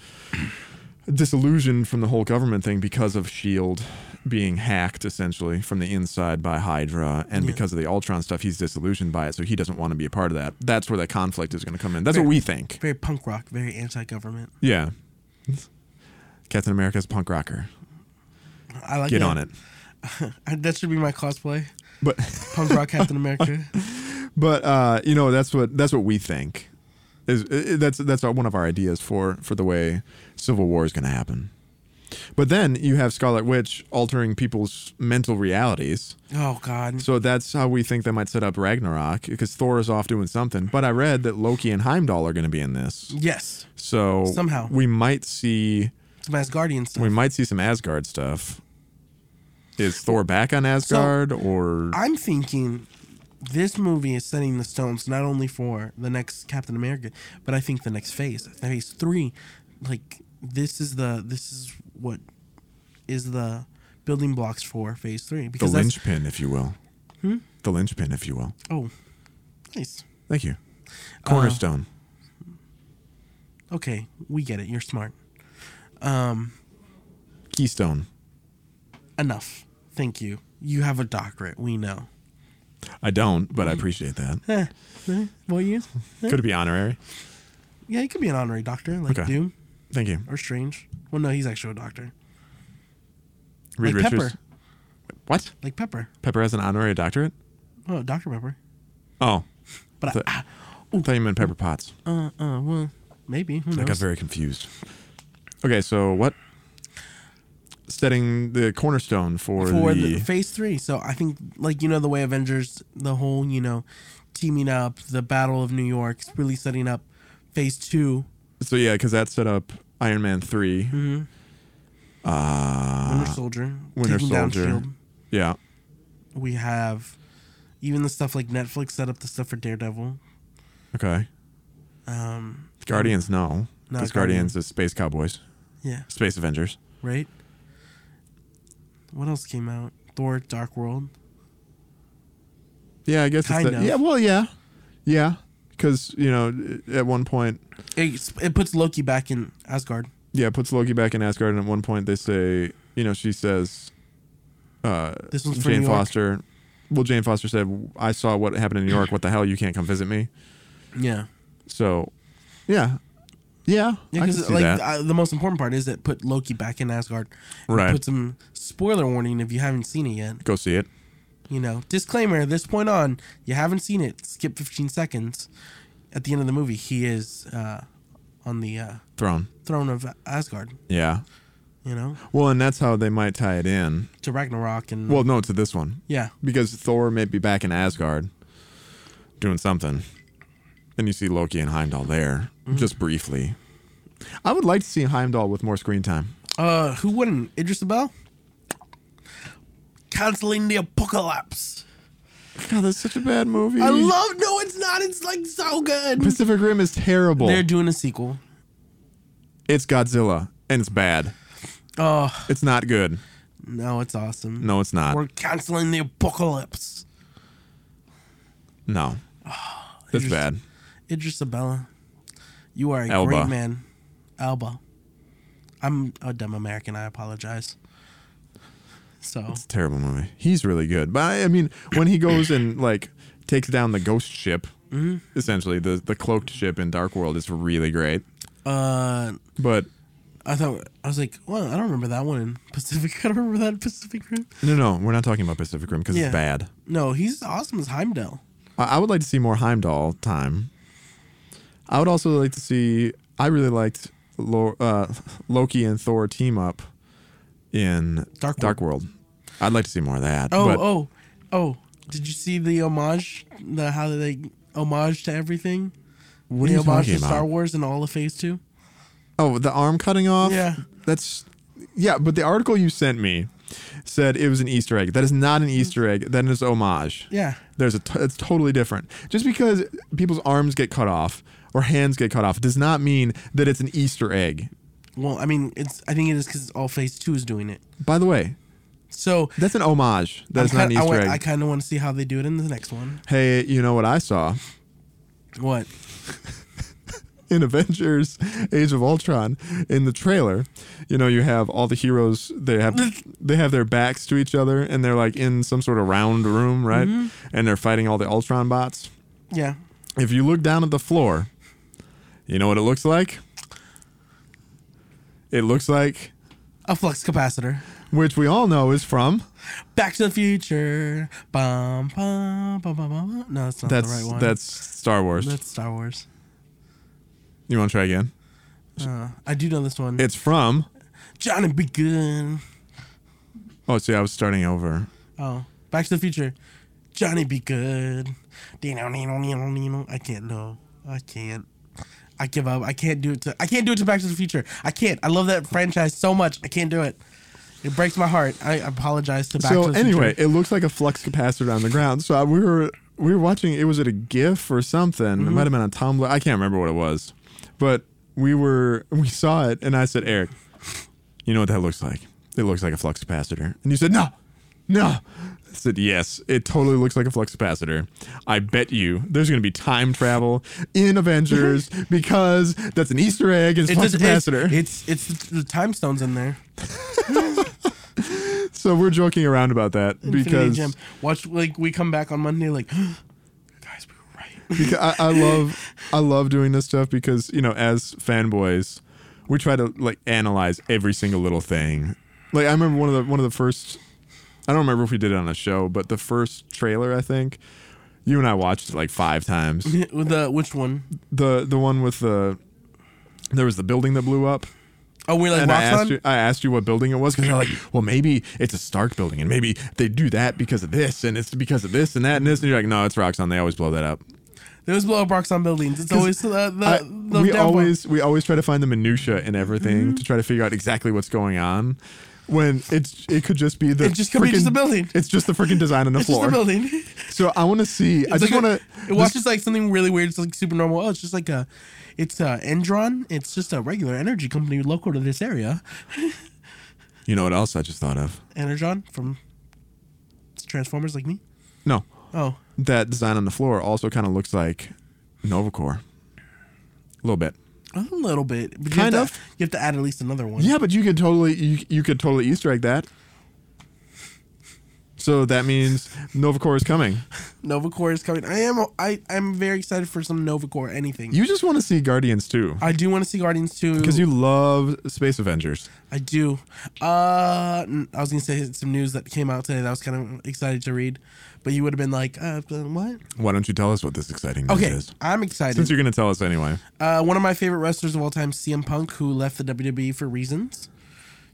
Speaker 3: disillusioned from the whole government thing because of Shield E being hacked essentially from the inside by Hydra, and
Speaker 2: Yeah.
Speaker 3: because of the Ultron stuff, he's disillusioned by it, so he doesn't want to be a part of that. That's where that conflict is going to come in. That's
Speaker 2: Fair.
Speaker 3: what we think.
Speaker 2: Very punk rock, very anti government.
Speaker 3: Yeah. Captain America's a punk rocker.
Speaker 2: I like
Speaker 3: Get
Speaker 2: that.
Speaker 3: on it.
Speaker 2: I- That should be my cosplay.
Speaker 3: But
Speaker 2: Punk rock Captain America.
Speaker 3: But uh, you know, that's what that's what we think. Is i- i- that's that's one of our ideas for for the way Civil War is going to happen. But then you have Scarlet Witch altering people's mental realities.
Speaker 2: Oh, God.
Speaker 3: So that's how we think they might set up Ragnarok because Thor is off doing something. But I read that Loki and Heimdall are going to be in this.
Speaker 2: Yes.
Speaker 3: So
Speaker 2: Somehow.
Speaker 3: we might see
Speaker 2: Some Asgardian stuff.
Speaker 3: we might see some Asgard stuff. Is Thor back on Asgard or
Speaker 2: I'm thinking this movie is setting the stones not only for the next Captain America, but I think the next phase, phase three. Like this is the this is what is the building blocks for phase three
Speaker 3: the
Speaker 2: because that's Hmm?
Speaker 3: linchpin, if you will? The linchpin, if you will.
Speaker 2: oh nice
Speaker 3: Thank you.
Speaker 2: Uh-huh.
Speaker 3: Cornerstone.
Speaker 2: okay we get it you're smart
Speaker 3: Keystone.
Speaker 2: enough thank you you have a doctorate we know
Speaker 3: I don't,
Speaker 2: Hmm.
Speaker 3: but I appreciate that.
Speaker 2: well you
Speaker 3: Could it be honorary?
Speaker 2: yeah you could be an honorary doctor like
Speaker 3: Okay.
Speaker 2: Doom
Speaker 3: Thank you.
Speaker 2: or Strange well no he's actually a doctor
Speaker 3: Reed
Speaker 2: like
Speaker 3: Richards.
Speaker 2: Pepper
Speaker 3: What?
Speaker 2: like Pepper
Speaker 3: Pepper has an honorary doctorate?
Speaker 2: oh Doctor Pepper
Speaker 3: Oh.
Speaker 2: but I,
Speaker 3: Th- thought you meant Pepper Potts.
Speaker 2: uh well maybe who knows
Speaker 3: I got very confused. Okay, so what? Setting the cornerstone for,
Speaker 2: for
Speaker 3: the,
Speaker 2: the, phase three. So I think, like you know, the way Avengers, the whole you know, teaming up, the Battle of New York, it's really setting up phase two.
Speaker 3: So yeah, because that set up Iron Man 3
Speaker 2: Mm-hmm. Winter Soldier,
Speaker 3: Ah, Winter
Speaker 2: taking
Speaker 3: Soldier.
Speaker 2: down Shield.
Speaker 3: Yeah.
Speaker 2: E We have even the stuff like Netflix set up the stuff for Daredevil.
Speaker 3: Okay.
Speaker 2: Um,
Speaker 3: Guardians, no.
Speaker 2: No,
Speaker 3: Because
Speaker 2: Guardians.
Speaker 3: Guardians is Space Cowboys,
Speaker 2: yeah,
Speaker 3: Space Avengers.
Speaker 2: right. What else came out? Thor: Dark World.
Speaker 3: Yeah, I guess
Speaker 2: Kind
Speaker 3: it's that.
Speaker 2: of.
Speaker 3: Yeah, well, yeah, yeah, because you know, at one point,
Speaker 2: It, it puts Loki back in Asgard.
Speaker 3: yeah, it puts Loki back in Asgard, and at one point they say, you know, she says, uh,
Speaker 2: This one's for
Speaker 3: Jane
Speaker 2: New York.
Speaker 3: Foster. Well, Jane Foster said, "I saw what happened in New York. What the hell? You can't come visit me."
Speaker 2: Yeah.
Speaker 3: So, yeah, yeah,
Speaker 2: Yeah,
Speaker 3: I can
Speaker 2: because
Speaker 3: see
Speaker 2: like
Speaker 3: that.
Speaker 2: uh, the most important part is that put Loki back in Asgard. It
Speaker 3: Right.
Speaker 2: Puts him. Spoiler warning if you haven't seen it yet.
Speaker 3: Go see it.
Speaker 2: You know, disclaimer. This point on, you haven't seen it. Skip 15 seconds. At the end of the movie, he is uh, on the uh,
Speaker 3: Throne.
Speaker 2: throne of Asgard.
Speaker 3: Yeah.
Speaker 2: You know,
Speaker 3: Well, and that's how they might tie it in.
Speaker 2: to Ragnarok and
Speaker 3: Well, no, to this one.
Speaker 2: yeah,
Speaker 3: because Thor may be back in Asgard doing something. Then you see Loki and Heimdall there,
Speaker 2: Mm-hmm.
Speaker 3: just briefly. I would like to see Heimdall with more screen time.
Speaker 2: uh, who wouldn't? Idris Elba. Canceling the apocalypse.
Speaker 3: God, that's such a bad movie.
Speaker 2: I love. No, it's not. It's like so good.
Speaker 3: Pacific Rim is terrible.
Speaker 2: They're doing a sequel.
Speaker 3: it's Godzilla, and it's bad.
Speaker 2: Oh
Speaker 3: It's not good.
Speaker 2: no, it's awesome.
Speaker 3: No, it's not.
Speaker 2: We're canceling the apocalypse.
Speaker 3: no, it's
Speaker 2: Idris-
Speaker 3: bad.
Speaker 2: Idris Elba, you are a
Speaker 3: Elba.
Speaker 2: great man. Elba. I'm a dumb American. I apologize. So,
Speaker 3: It's a terrible movie. He's really good, but I, I mean, when he goes and like takes down the ghost ship
Speaker 2: Mm-hmm.
Speaker 3: Essentially, the the cloaked ship in Dark World is really great,
Speaker 2: Uh,
Speaker 3: but
Speaker 2: I thought I was like, well, I don't remember that one in Pacific. I don't remember that in Pacific Rim.
Speaker 3: no, no, we're not talking about Pacific Rim because
Speaker 2: Yeah.
Speaker 3: it's bad.
Speaker 2: No, he's awesome as Heimdall.
Speaker 3: I, I would like to see more Heimdall time. I would also like to see. I really liked Lo, uh, Loki and Thor team up in
Speaker 2: Dark World.
Speaker 3: World. I'd like to see more of that.
Speaker 2: Oh,
Speaker 3: but
Speaker 2: oh, oh! Did you see the homage? The how they homage to everything?
Speaker 3: what
Speaker 2: the
Speaker 3: are you
Speaker 2: homage
Speaker 3: talking
Speaker 2: to Star
Speaker 3: about?
Speaker 2: Wars and all of Phase Two.
Speaker 3: Oh, the arm cutting off.
Speaker 2: Yeah.
Speaker 3: that's yeah. But the article you sent me said it was an Easter egg. That is not an Easter egg. That is homage.
Speaker 2: Yeah.
Speaker 3: There's a t- it's totally different. Just because people's arms get cut off or hands get cut off does not mean that it's an Easter egg.
Speaker 2: Well, I mean, it's I think it is because all Phase Two is doing it.
Speaker 3: By the way,
Speaker 2: So
Speaker 3: That's an homage. That's not
Speaker 2: I'm
Speaker 3: an
Speaker 2: kinda- I
Speaker 3: Easter
Speaker 2: wa-
Speaker 3: egg.
Speaker 2: I kind of want to see how they do it in the next one.
Speaker 3: hey, you know what I saw
Speaker 2: What?
Speaker 3: in Avengers: Age of Ultron in the trailer? You know, you have all the heroes. They have they have their backs to each other, and they're like in some sort of round room, right?
Speaker 2: Mm-hmm.
Speaker 3: And they're fighting all the Ultron bots.
Speaker 2: Yeah.
Speaker 3: If you look down at the floor, you know what it looks like. It looks like,
Speaker 2: A flux capacitor.
Speaker 3: which we all know is from.
Speaker 2: Back to the Future. Bum, bum, bum, bum, bum. bum. No, that's not
Speaker 3: That's
Speaker 2: the right one.
Speaker 3: that's Star Wars.
Speaker 2: that's Star Wars.
Speaker 3: you want to try again?
Speaker 2: Uh, I do know this one.
Speaker 3: It's from.
Speaker 2: Johnny Be Good.
Speaker 3: Oh, see, I was starting over.
Speaker 2: Oh, Back to the Future. Johnny Be Good. I can't know. I can't. I give up. I can't do it to. I can't do it to Back to the Future. I can't. I love that franchise so much. I can't do it. It breaks my heart. I apologize to Back
Speaker 3: so
Speaker 2: to the
Speaker 3: anyway,
Speaker 2: Future.
Speaker 3: it looks like a flux capacitor on the ground. So I, we were we were watching. It was at a GIF or something.
Speaker 2: Mm-hmm.
Speaker 3: It might have been on Tumblr. I can't remember what it was, but we were we saw it, and I said, Eric, you know what that looks like? It looks like a flux capacitor. And you said, no, no. I said, yes, it totally looks like a flux capacitor. I bet you there's going to be time travel in Avengers because that's an Easter egg and it's a flux
Speaker 2: does- it's,
Speaker 3: capacitor.
Speaker 2: it's it's the time stones in there.
Speaker 3: so we're joking around about that
Speaker 2: Infinity
Speaker 3: because.
Speaker 2: Gem. Watch like we come back on Monday like guys we were right.
Speaker 3: because I, I love I love doing this stuff because you know as fanboys we try to like analyze every single little thing. Like I remember one of the one of the first I don't remember if we did it on a show, but the first trailer I think you and I watched it like five times.
Speaker 2: With the which one?
Speaker 3: the the one with the there was the building that blew up.
Speaker 2: Oh, we like
Speaker 3: And I asked
Speaker 2: Roxanne.
Speaker 3: you, I asked you what building it was because you're like, well, maybe it's a Stark building, and maybe they do that because of this, and it's because of this and that and this, and you're like, no, it's Roxxon. They always blow that up.
Speaker 2: There was blow up Roxanne buildings. It's always uh, the
Speaker 3: I-
Speaker 2: the
Speaker 3: we
Speaker 2: downfall. Mm-hmm.
Speaker 3: always we always try to find the minutia in everything to try to figure out exactly what's going on. When it's it could just be the
Speaker 2: It just could be just
Speaker 3: frickin-
Speaker 2: a building.
Speaker 3: It's just the freaking design on the
Speaker 2: it's just
Speaker 3: floor.
Speaker 2: a building.
Speaker 3: So I want to see. I just
Speaker 2: like
Speaker 3: want
Speaker 2: to. It
Speaker 3: to.
Speaker 2: watches like something really weird. It's like super normal. Oh, it's just like a. It's uh, Endron. It's just a regular energy company local to this area.
Speaker 3: You know what else I just thought of?
Speaker 2: Energon from Transformers, like me.
Speaker 3: No,
Speaker 2: Oh,
Speaker 3: that design on the floor also kind of looks like Novacore, a little bit.
Speaker 2: a little bit. But you
Speaker 3: Kind
Speaker 2: have
Speaker 3: of.
Speaker 2: To, you have to add at least another one.
Speaker 3: Yeah, but you could totally you, you could totally Easter egg that. So that means Novacore is coming.
Speaker 2: Novacore is coming. I am. I. I'm very excited for some Novacore anything.
Speaker 3: You just want to see Guardians too,
Speaker 2: I do want to see Guardians too.
Speaker 3: because you love Space Avengers.
Speaker 2: I do. Uh, n- I was gonna say some news that came out today that I was kind of excited to read, but you would have been like, uh, what?
Speaker 3: Why don't you tell us what this exciting news
Speaker 2: Okay,
Speaker 3: is?
Speaker 2: I'm excited.
Speaker 3: Since you're going to tell us anyway.
Speaker 2: Uh, one of my favorite wrestlers of all time, CM Punk, who left the WWE for reasons.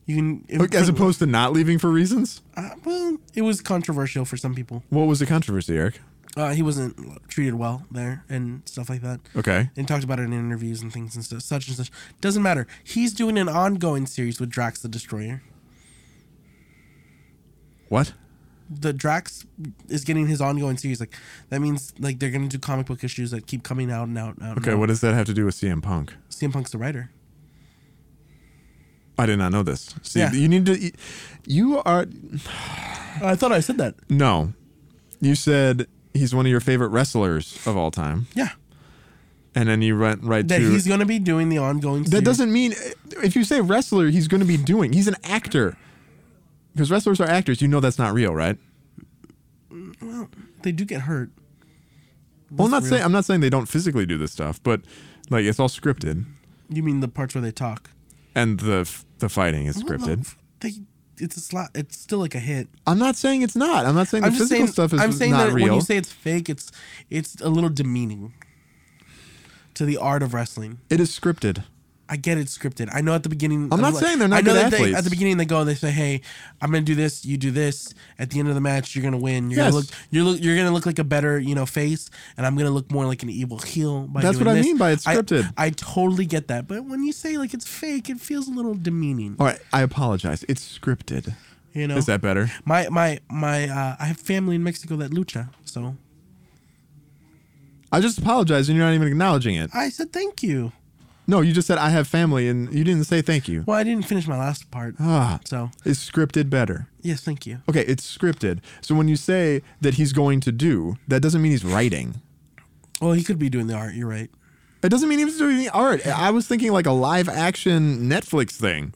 Speaker 2: You can, it,
Speaker 3: As opposed to not leaving for reasons?
Speaker 2: uh, well, it was controversial for some people.
Speaker 3: What was the controversy, Eric?
Speaker 2: Uh, he wasn't treated well there and stuff like that.
Speaker 3: Okay.
Speaker 2: And talked about it in interviews and things and stuff, such and such. Doesn't matter. He's doing an ongoing series with Drax the Destroyer.
Speaker 3: What?
Speaker 2: The Drax is getting his ongoing series. Like that means like they're gonna do comic book issues that keep coming out and out and out.
Speaker 3: Okay,
Speaker 2: and out.
Speaker 3: what does that have to do with CM Punk?
Speaker 2: CM Punk's the writer.
Speaker 3: I did not know this. See,
Speaker 2: Yeah.
Speaker 3: you need to. You are.
Speaker 2: I thought I said that.
Speaker 3: No. You said he's one of your favorite wrestlers of all time.
Speaker 2: Yeah.
Speaker 3: And then you went right
Speaker 2: That
Speaker 3: to.
Speaker 2: he's gonna be doing the ongoing
Speaker 3: that
Speaker 2: series.
Speaker 3: doesn't mean. If you say wrestler, he's going to be doing. He's an actor. Because wrestlers are actors. You know that's not real, right?
Speaker 2: they do get hurt.
Speaker 3: Well, I'm not saying I'm not saying they don't physically do this stuff, but like it's all scripted,
Speaker 2: You mean the parts where they talk?
Speaker 3: and the f- the fighting is scripted.
Speaker 2: They, it's a slot. It's still like a hit.
Speaker 3: I'm not saying it's not. I'm not saying the
Speaker 2: I'm just
Speaker 3: physical
Speaker 2: saying.
Speaker 3: stuff is
Speaker 2: I'm saying
Speaker 3: not
Speaker 2: that
Speaker 3: real.
Speaker 2: when you say it's fake, it's it's a little demeaning to the art of wrestling.
Speaker 3: it is scripted.
Speaker 2: I get it scripted. I know at the beginning.
Speaker 3: I'm not
Speaker 2: like-
Speaker 3: saying they're not
Speaker 2: I know
Speaker 3: good
Speaker 2: that they-
Speaker 3: athletes.
Speaker 2: at the beginning they go. They say, "Hey, I'm gonna do this. You do this. At the end of the match, you're gonna win. You're gonna
Speaker 3: Yes.
Speaker 2: look. You're look, You're gonna look like a better, you know, face, and I'm gonna look more like an evil heel." By
Speaker 3: That's
Speaker 2: doing
Speaker 3: what I
Speaker 2: this."
Speaker 3: mean by it's
Speaker 2: I-
Speaker 3: scripted.
Speaker 2: I, totally get that, but when you say like it's fake, it feels a little demeaning.
Speaker 3: All right, I apologize. It's scripted.
Speaker 2: You know,
Speaker 3: Is that better?
Speaker 2: my my my? Uh, I have family in Mexico that lucha, so
Speaker 3: I just apologized, and you're not even acknowledging it.
Speaker 2: I said thank you.
Speaker 3: No, you just said I have family, and you didn't say thank you.
Speaker 2: Well, I didn't finish my last part,
Speaker 3: Ah,
Speaker 2: so
Speaker 3: is scripted better?
Speaker 2: yes, thank you.
Speaker 3: Okay, it's scripted. So when you say that he's going to do, that doesn't mean he's writing.
Speaker 2: Well, he could be doing the art. You're right.
Speaker 3: It doesn't mean he was doing any art. I was thinking like a live action Netflix thing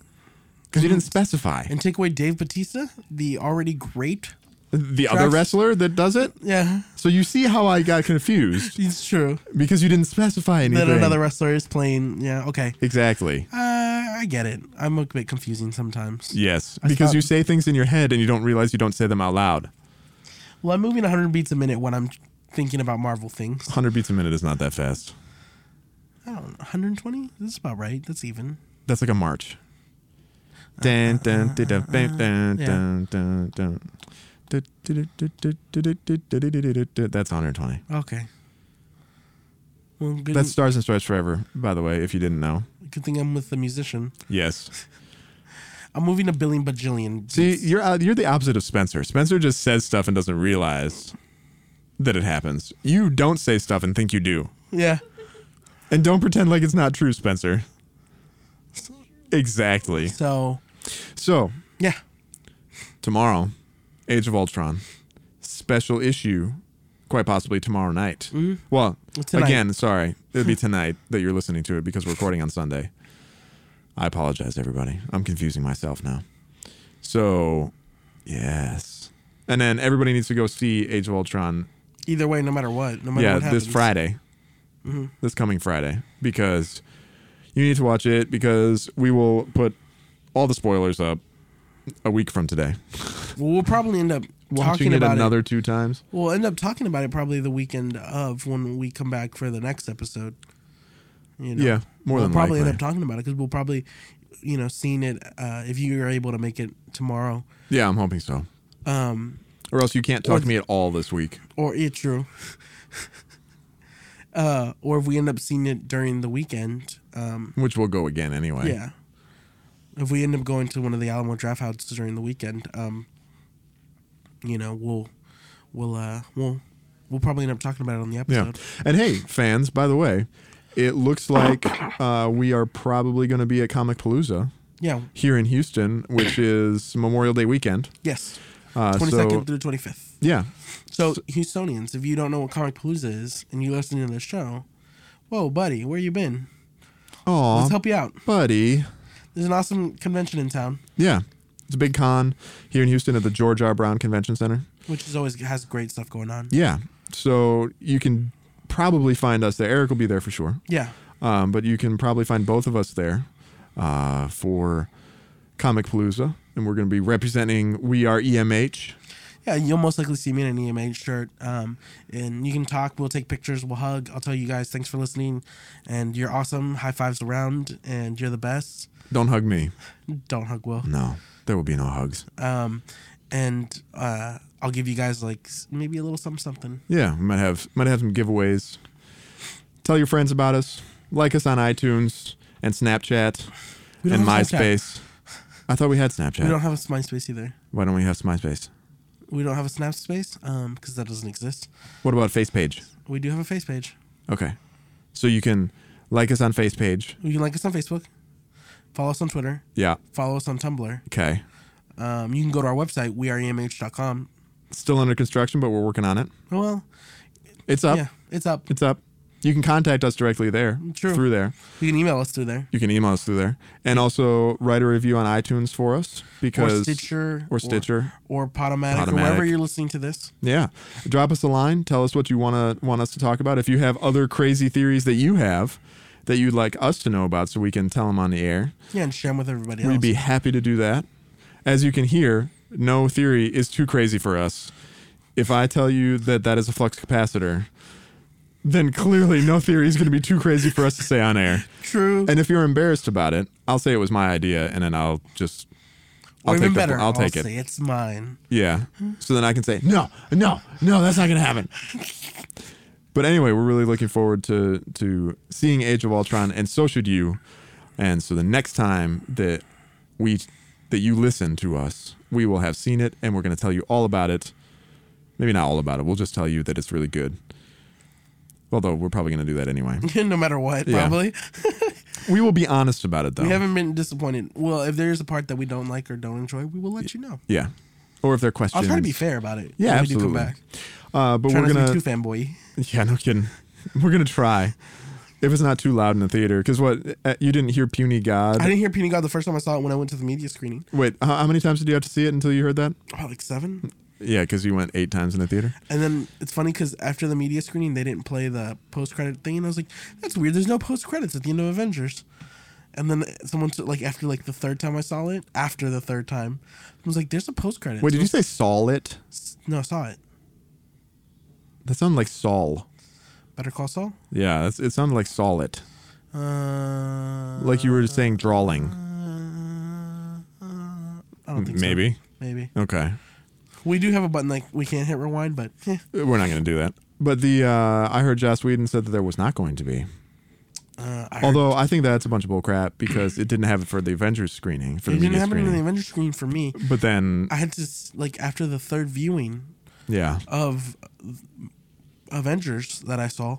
Speaker 3: because you didn't
Speaker 2: Mm-hmm.
Speaker 3: specify
Speaker 2: And take away Dave Batista, the already great.
Speaker 3: the other
Speaker 2: Travis-
Speaker 3: wrestler that does it.
Speaker 2: Yeah,
Speaker 3: So you see how I got confused
Speaker 2: it's true.
Speaker 3: because you didn't specify anything.
Speaker 2: That another wrestler is playing. Yeah, okay.
Speaker 3: exactly.
Speaker 2: Uh, I get it. I'm a bit confusing sometimes.
Speaker 3: Yes, because
Speaker 2: thought-
Speaker 3: you say things in your head and you don't realize you don't say them out loud.
Speaker 2: Well, I'm moving 100 beats a minute when I'm thinking about Marvel things.
Speaker 3: 100 beats a minute is not that fast.
Speaker 2: I don't know, 120? That's about right. That's even.
Speaker 3: That's like a march. Dun, dun, dun, dun, bam, dun,
Speaker 2: Yeah.
Speaker 3: dun, dun, dun. Du- du- du- du- du- du- du- du- du- du- du- du- du- That's 120.
Speaker 2: Okay. Well, good,
Speaker 3: That's Stars and Stripes Forever, by the way, if you didn't know.
Speaker 2: good thing I'm with the musician.
Speaker 3: Yes.
Speaker 2: I'm moving a billion bajillion.
Speaker 3: See, you're uh, you're the opposite of Spencer. Spencer just says stuff and doesn't realize that it happens. You don't say stuff and think you do.
Speaker 2: Yeah.
Speaker 3: And don't pretend like it's not true, Spencer. Exactly.
Speaker 2: So,
Speaker 3: So,
Speaker 2: yeah.
Speaker 3: tomorrow, Age of Ultron, special issue, quite possibly tomorrow night. Well,
Speaker 2: tonight.
Speaker 3: again, sorry, it'll be tonight that you're listening to it because we're recording on Sunday. I apologize, everybody. I'm confusing myself now. So, yes, and then everybody needs to go see Age of Ultron.
Speaker 2: Either way, no matter what, no matter
Speaker 3: yeah,
Speaker 2: what happens. Mm-hmm.
Speaker 3: this Friday, this coming Friday, because you need to watch it because we will put all the spoilers up a week from today.
Speaker 2: Well, we'll probably end up
Speaker 3: Watching
Speaker 2: talking
Speaker 3: it
Speaker 2: about it.
Speaker 3: another two times.
Speaker 2: We'll end up talking about it probably the weekend of when we come back for the next episode. You know,
Speaker 3: Yeah, more
Speaker 2: we'll
Speaker 3: than
Speaker 2: probably end
Speaker 3: likely.
Speaker 2: up talking about it because we'll probably, you know, seeing it uh, if you are able to make it tomorrow.
Speaker 3: Yeah, I'm hoping so.
Speaker 2: Um,
Speaker 3: Or else you can't talk
Speaker 2: Or-
Speaker 3: to me at all this week.
Speaker 2: or it true. uh, or if we end up seeing it during the weekend, um,
Speaker 3: Which will go again anyway.
Speaker 2: yeah. If we end up going to one of the Alamo draft houses during the weekend, um, you know, we'll we'll uh, we'll we'll probably end up talking about it on the
Speaker 3: Yeah.
Speaker 2: episode.
Speaker 3: And hey, fans, by the way, it looks like uh, we are probably going to be at Comic Palooza
Speaker 2: Yeah.
Speaker 3: here in Houston, which is Memorial Day weekend.
Speaker 2: Yes.
Speaker 3: Uh,
Speaker 2: twenty second
Speaker 3: so,
Speaker 2: through twenty fifth.
Speaker 3: yeah.
Speaker 2: So, Houstonians, if you don't know what Comic Palooza is and you listen to the show, whoa, buddy, where you been?
Speaker 3: Aw,
Speaker 2: Let's help you out.
Speaker 3: buddy.
Speaker 2: There's an awesome convention in town,
Speaker 3: Yeah. It's a big con here in Houston at the George R. Brown Convention Center.
Speaker 2: which is always has great stuff going on.
Speaker 3: Yeah. So you can probably find us there. Eric will be there for sure.
Speaker 2: Yeah.
Speaker 3: Um, but you can probably find both of us there uh, for Comic Palooza. And we're going to be representing We Are E EMH.
Speaker 2: Yeah, you'll most likely see me in an EMH shirt. Um, and you can talk. We'll take pictures. We'll hug. I'll tell you guys thanks for listening, and you're awesome. High fives around, and you're the best.
Speaker 3: Don't hug me.
Speaker 2: Don't hug Will.
Speaker 3: No, there will be no hugs.
Speaker 2: Um, and uh, I'll give you guys like s- maybe a little something something.
Speaker 3: Yeah, we might have might have some giveaways. Tell your friends about us. Like us on iTunes and Snapchat
Speaker 2: We don't
Speaker 3: and
Speaker 2: have Snapchat.
Speaker 3: MySpace. I thought we had Snapchat.
Speaker 2: We don't have a MySpace either.
Speaker 3: Why don't we have MySpace?
Speaker 2: We don't have a snap space um because that doesn't exist.
Speaker 3: What about FacePage?
Speaker 2: We do have a face page.
Speaker 3: Okay, so you can like us on FacePage.
Speaker 2: You can like us on Facebook, follow us on Twitter,
Speaker 3: Yeah.
Speaker 2: follow us on Tumblr.
Speaker 3: Okay.
Speaker 2: Um, you can go to our website E weareemh.com.
Speaker 3: Still under construction, but we're working on it.
Speaker 2: Well,
Speaker 3: It's up.
Speaker 2: yeah, it's up.
Speaker 3: It's up. You can contact us directly there.
Speaker 2: True.
Speaker 3: Through there.
Speaker 2: You can email us through there.
Speaker 3: You can email us through there. And also write a review on iTunes for us because
Speaker 2: or Stitcher.
Speaker 3: Or Stitcher.
Speaker 2: Or, Podomatic, or
Speaker 3: Podomatic.
Speaker 2: wherever you're listening to this.
Speaker 3: Yeah. Drop us a line. Tell us what you want to want us to talk about. If you have other crazy theories that you have that you'd like us to know about so we can tell them on the air,
Speaker 2: Yeah, and share 'em with everybody else.
Speaker 3: we'd be happy to do that. As you can hear, no theory is too crazy for us. If I tell you that that is a flux capacitor, then clearly no theory is going to be too crazy for us to say on air.
Speaker 2: True.
Speaker 3: And if you're embarrassed about it, I'll say it was my idea and then I'll just I'll
Speaker 2: or
Speaker 3: take
Speaker 2: even
Speaker 3: the-
Speaker 2: better,
Speaker 3: I'll take it.
Speaker 2: say it's mine.
Speaker 3: Yeah. So then I can say, no, no, no, that's not gonna happen. But anyway, we're really looking forward to to seeing Age of Ultron, and so should you. And so the next time that we that you listen to us, we will have seen it, and we're gonna tell you all about it. Maybe not all about it. We'll just tell you that it's really good. Although we're probably gonna do that anyway.
Speaker 2: no matter what,
Speaker 3: Yeah.
Speaker 2: probably.
Speaker 3: We will be honest about it, though.
Speaker 2: We haven't been disappointed. Well, if there is a part that we don't like or don't enjoy, we will let you know.
Speaker 3: yeah. Or if there are questions,
Speaker 2: I'll try to be fair about it.
Speaker 3: Yeah,
Speaker 2: when
Speaker 3: absolutely.
Speaker 2: We do come back.
Speaker 3: Uh, but
Speaker 2: Try
Speaker 3: we're
Speaker 2: not
Speaker 3: gonna
Speaker 2: to be too fanboy.
Speaker 3: Yeah, no kidding. We're gonna try. If it's not too loud in the theater, because what uh, you didn't hear "Puny God."
Speaker 2: I didn't hear Peony God the first time I saw it when I went to the media screening.
Speaker 3: Wait, how, how many times did you have to see it until you heard that?
Speaker 2: Oh, like seven.
Speaker 3: Yeah, because you went eight times in the theater.
Speaker 2: And then it's funny because after the media screening, they didn't play the post credit thing, and I was like, "That's weird. There's no post credits at the end of Avengers." And then someone said, like after like the third time I saw it, after the third time, I was like, "There's a post credit."
Speaker 3: Wait, did you say Saul? It
Speaker 2: No, I saw it.
Speaker 3: that sounded like Saul.
Speaker 2: Better Call Saul.
Speaker 3: Yeah, that's, it sounded like Saul. It
Speaker 2: Uh,
Speaker 3: like you were saying drawling.
Speaker 2: I don't think so.
Speaker 3: Maybe.
Speaker 2: Maybe
Speaker 3: Okay,
Speaker 2: we do have a button like we can't hit rewind, but eh.
Speaker 3: we're not gonna do that. But the uh, I heard Joss Whedon said that there was not going to be.
Speaker 2: uh, I heard-
Speaker 3: Although I think that's a bunch of bull crap because it didn't have it for the Avengers screening for
Speaker 2: it
Speaker 3: the
Speaker 2: didn't
Speaker 3: media
Speaker 2: happen in the
Speaker 3: screening.
Speaker 2: Avengers screen for me.
Speaker 3: But then,
Speaker 2: I had to s- like after the third viewing
Speaker 3: yeah,
Speaker 2: of Avengers that I saw.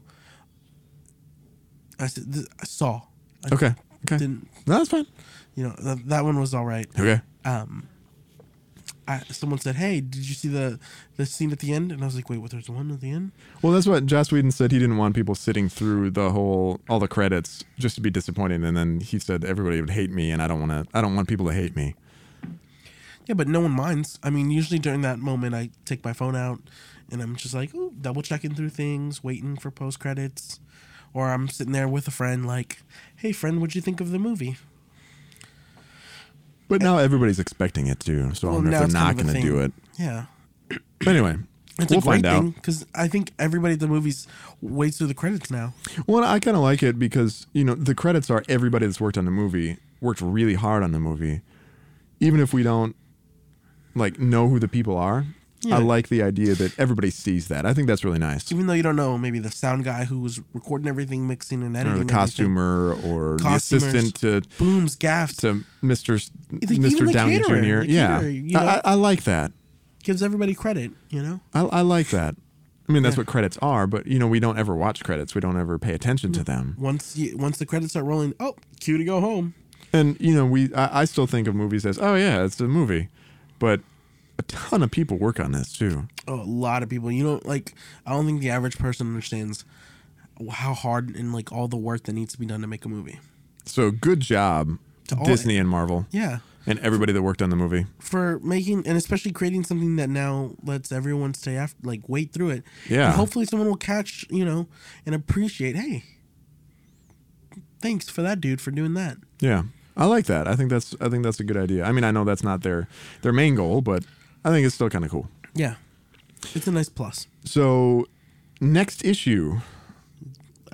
Speaker 2: I said th- I saw. I
Speaker 3: okay, okay,
Speaker 2: Didn't
Speaker 3: no, that's fine.
Speaker 2: you know th- that one was all right.
Speaker 3: Okay.
Speaker 2: I, someone said, "Hey, did you see the the scene at the end?" And I was like, "Wait, what? There's one at the end."
Speaker 3: Well, that's what Joss Whedon said. He didn't want people sitting through the whole all the credits just to be disappointed, and then he said everybody would hate me, and I don't want to. I don't want people to hate me.
Speaker 2: Yeah, but no one minds. I mean, usually during that moment, I take my phone out and I'm just like, ooh, double checking through things, waiting for post credits. Or I'm sitting there with a friend, like, hey, friend, what'd you think of the movie?
Speaker 3: But now everybody's expecting it too, so I wonder if they're not going to do it.
Speaker 2: Yeah.
Speaker 3: But anyway,
Speaker 2: It's
Speaker 3: we'll
Speaker 2: a great
Speaker 3: find out.
Speaker 2: thing because I think everybody at the movies waits through the credits now.
Speaker 3: Well, I kind of like it because you know the credits are everybody that's worked on the movie worked really hard on the movie, even if we don't like know who the people are. I like the idea that everybody sees that. I think that's really nice.
Speaker 2: Even though you don't know maybe the sound guy who was recording everything, mixing and editing.
Speaker 3: Or the
Speaker 2: everything.
Speaker 3: costumer or the
Speaker 2: Costumers.
Speaker 3: assistant to
Speaker 2: Booms, gaffs,
Speaker 3: to Mr. S-
Speaker 2: Even
Speaker 3: Mr.
Speaker 2: the
Speaker 3: Downey
Speaker 2: caterer,
Speaker 3: Jr.
Speaker 2: the
Speaker 3: yeah,
Speaker 2: caterer, you know?
Speaker 3: I, I- I like that.
Speaker 2: gives everybody credit, you know?
Speaker 3: I, I like that. I mean, that's what credits are, but you know, we don't ever watch credits. We don't ever pay attention
Speaker 2: Mm.
Speaker 3: to them.
Speaker 2: Once you, once the credits start rolling, oh, cue to go home.
Speaker 3: And you know, we I, I still think of movies as oh yeah, it's a movie, but a ton of people work on this too.
Speaker 2: Oh, a lot of people. You don't like. I don't think the average person understands how hard and like all the work that needs to be done to make a movie.
Speaker 3: So good job,
Speaker 2: To all-
Speaker 3: Disney and Marvel,
Speaker 2: Yeah,
Speaker 3: and everybody that worked on the movie.
Speaker 2: for making and especially creating something that now lets everyone stay after, like wait through it.
Speaker 3: Yeah.
Speaker 2: And hopefully, someone will catch you know and appreciate. Hey, thanks for that dude for doing that.
Speaker 3: Yeah, I like that. I think that's I think that's a good idea. I mean, I know that's not their their main goal, but I think it's still kind of cool.
Speaker 2: Yeah, it's a nice plus.
Speaker 3: So, next issue,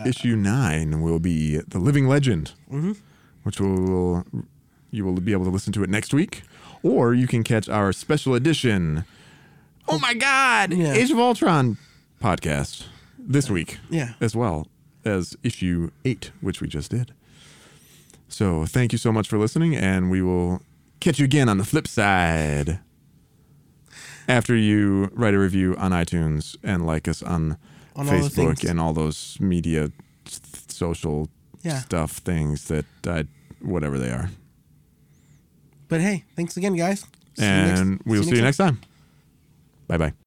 Speaker 3: issue nine, will be the Living Legend,
Speaker 2: Mm-hmm.
Speaker 3: which will you will be able to listen to it next week, or you can catch our special edition. Oh my God!
Speaker 2: Yeah.
Speaker 3: Age of Ultron podcast this week,
Speaker 2: Yeah.
Speaker 3: as well as issue eight, which we just did. So, thank you so much for listening, and we will catch you again on the flip side after you write a review on iTunes and like us on,
Speaker 2: On all the
Speaker 3: Facebook
Speaker 2: things.
Speaker 3: and all those media s- social
Speaker 2: Yeah.
Speaker 3: stuff things that I whatever they are.
Speaker 2: But hey, thanks again, guys. See you next-
Speaker 3: and we'll see you next time. Bye bye.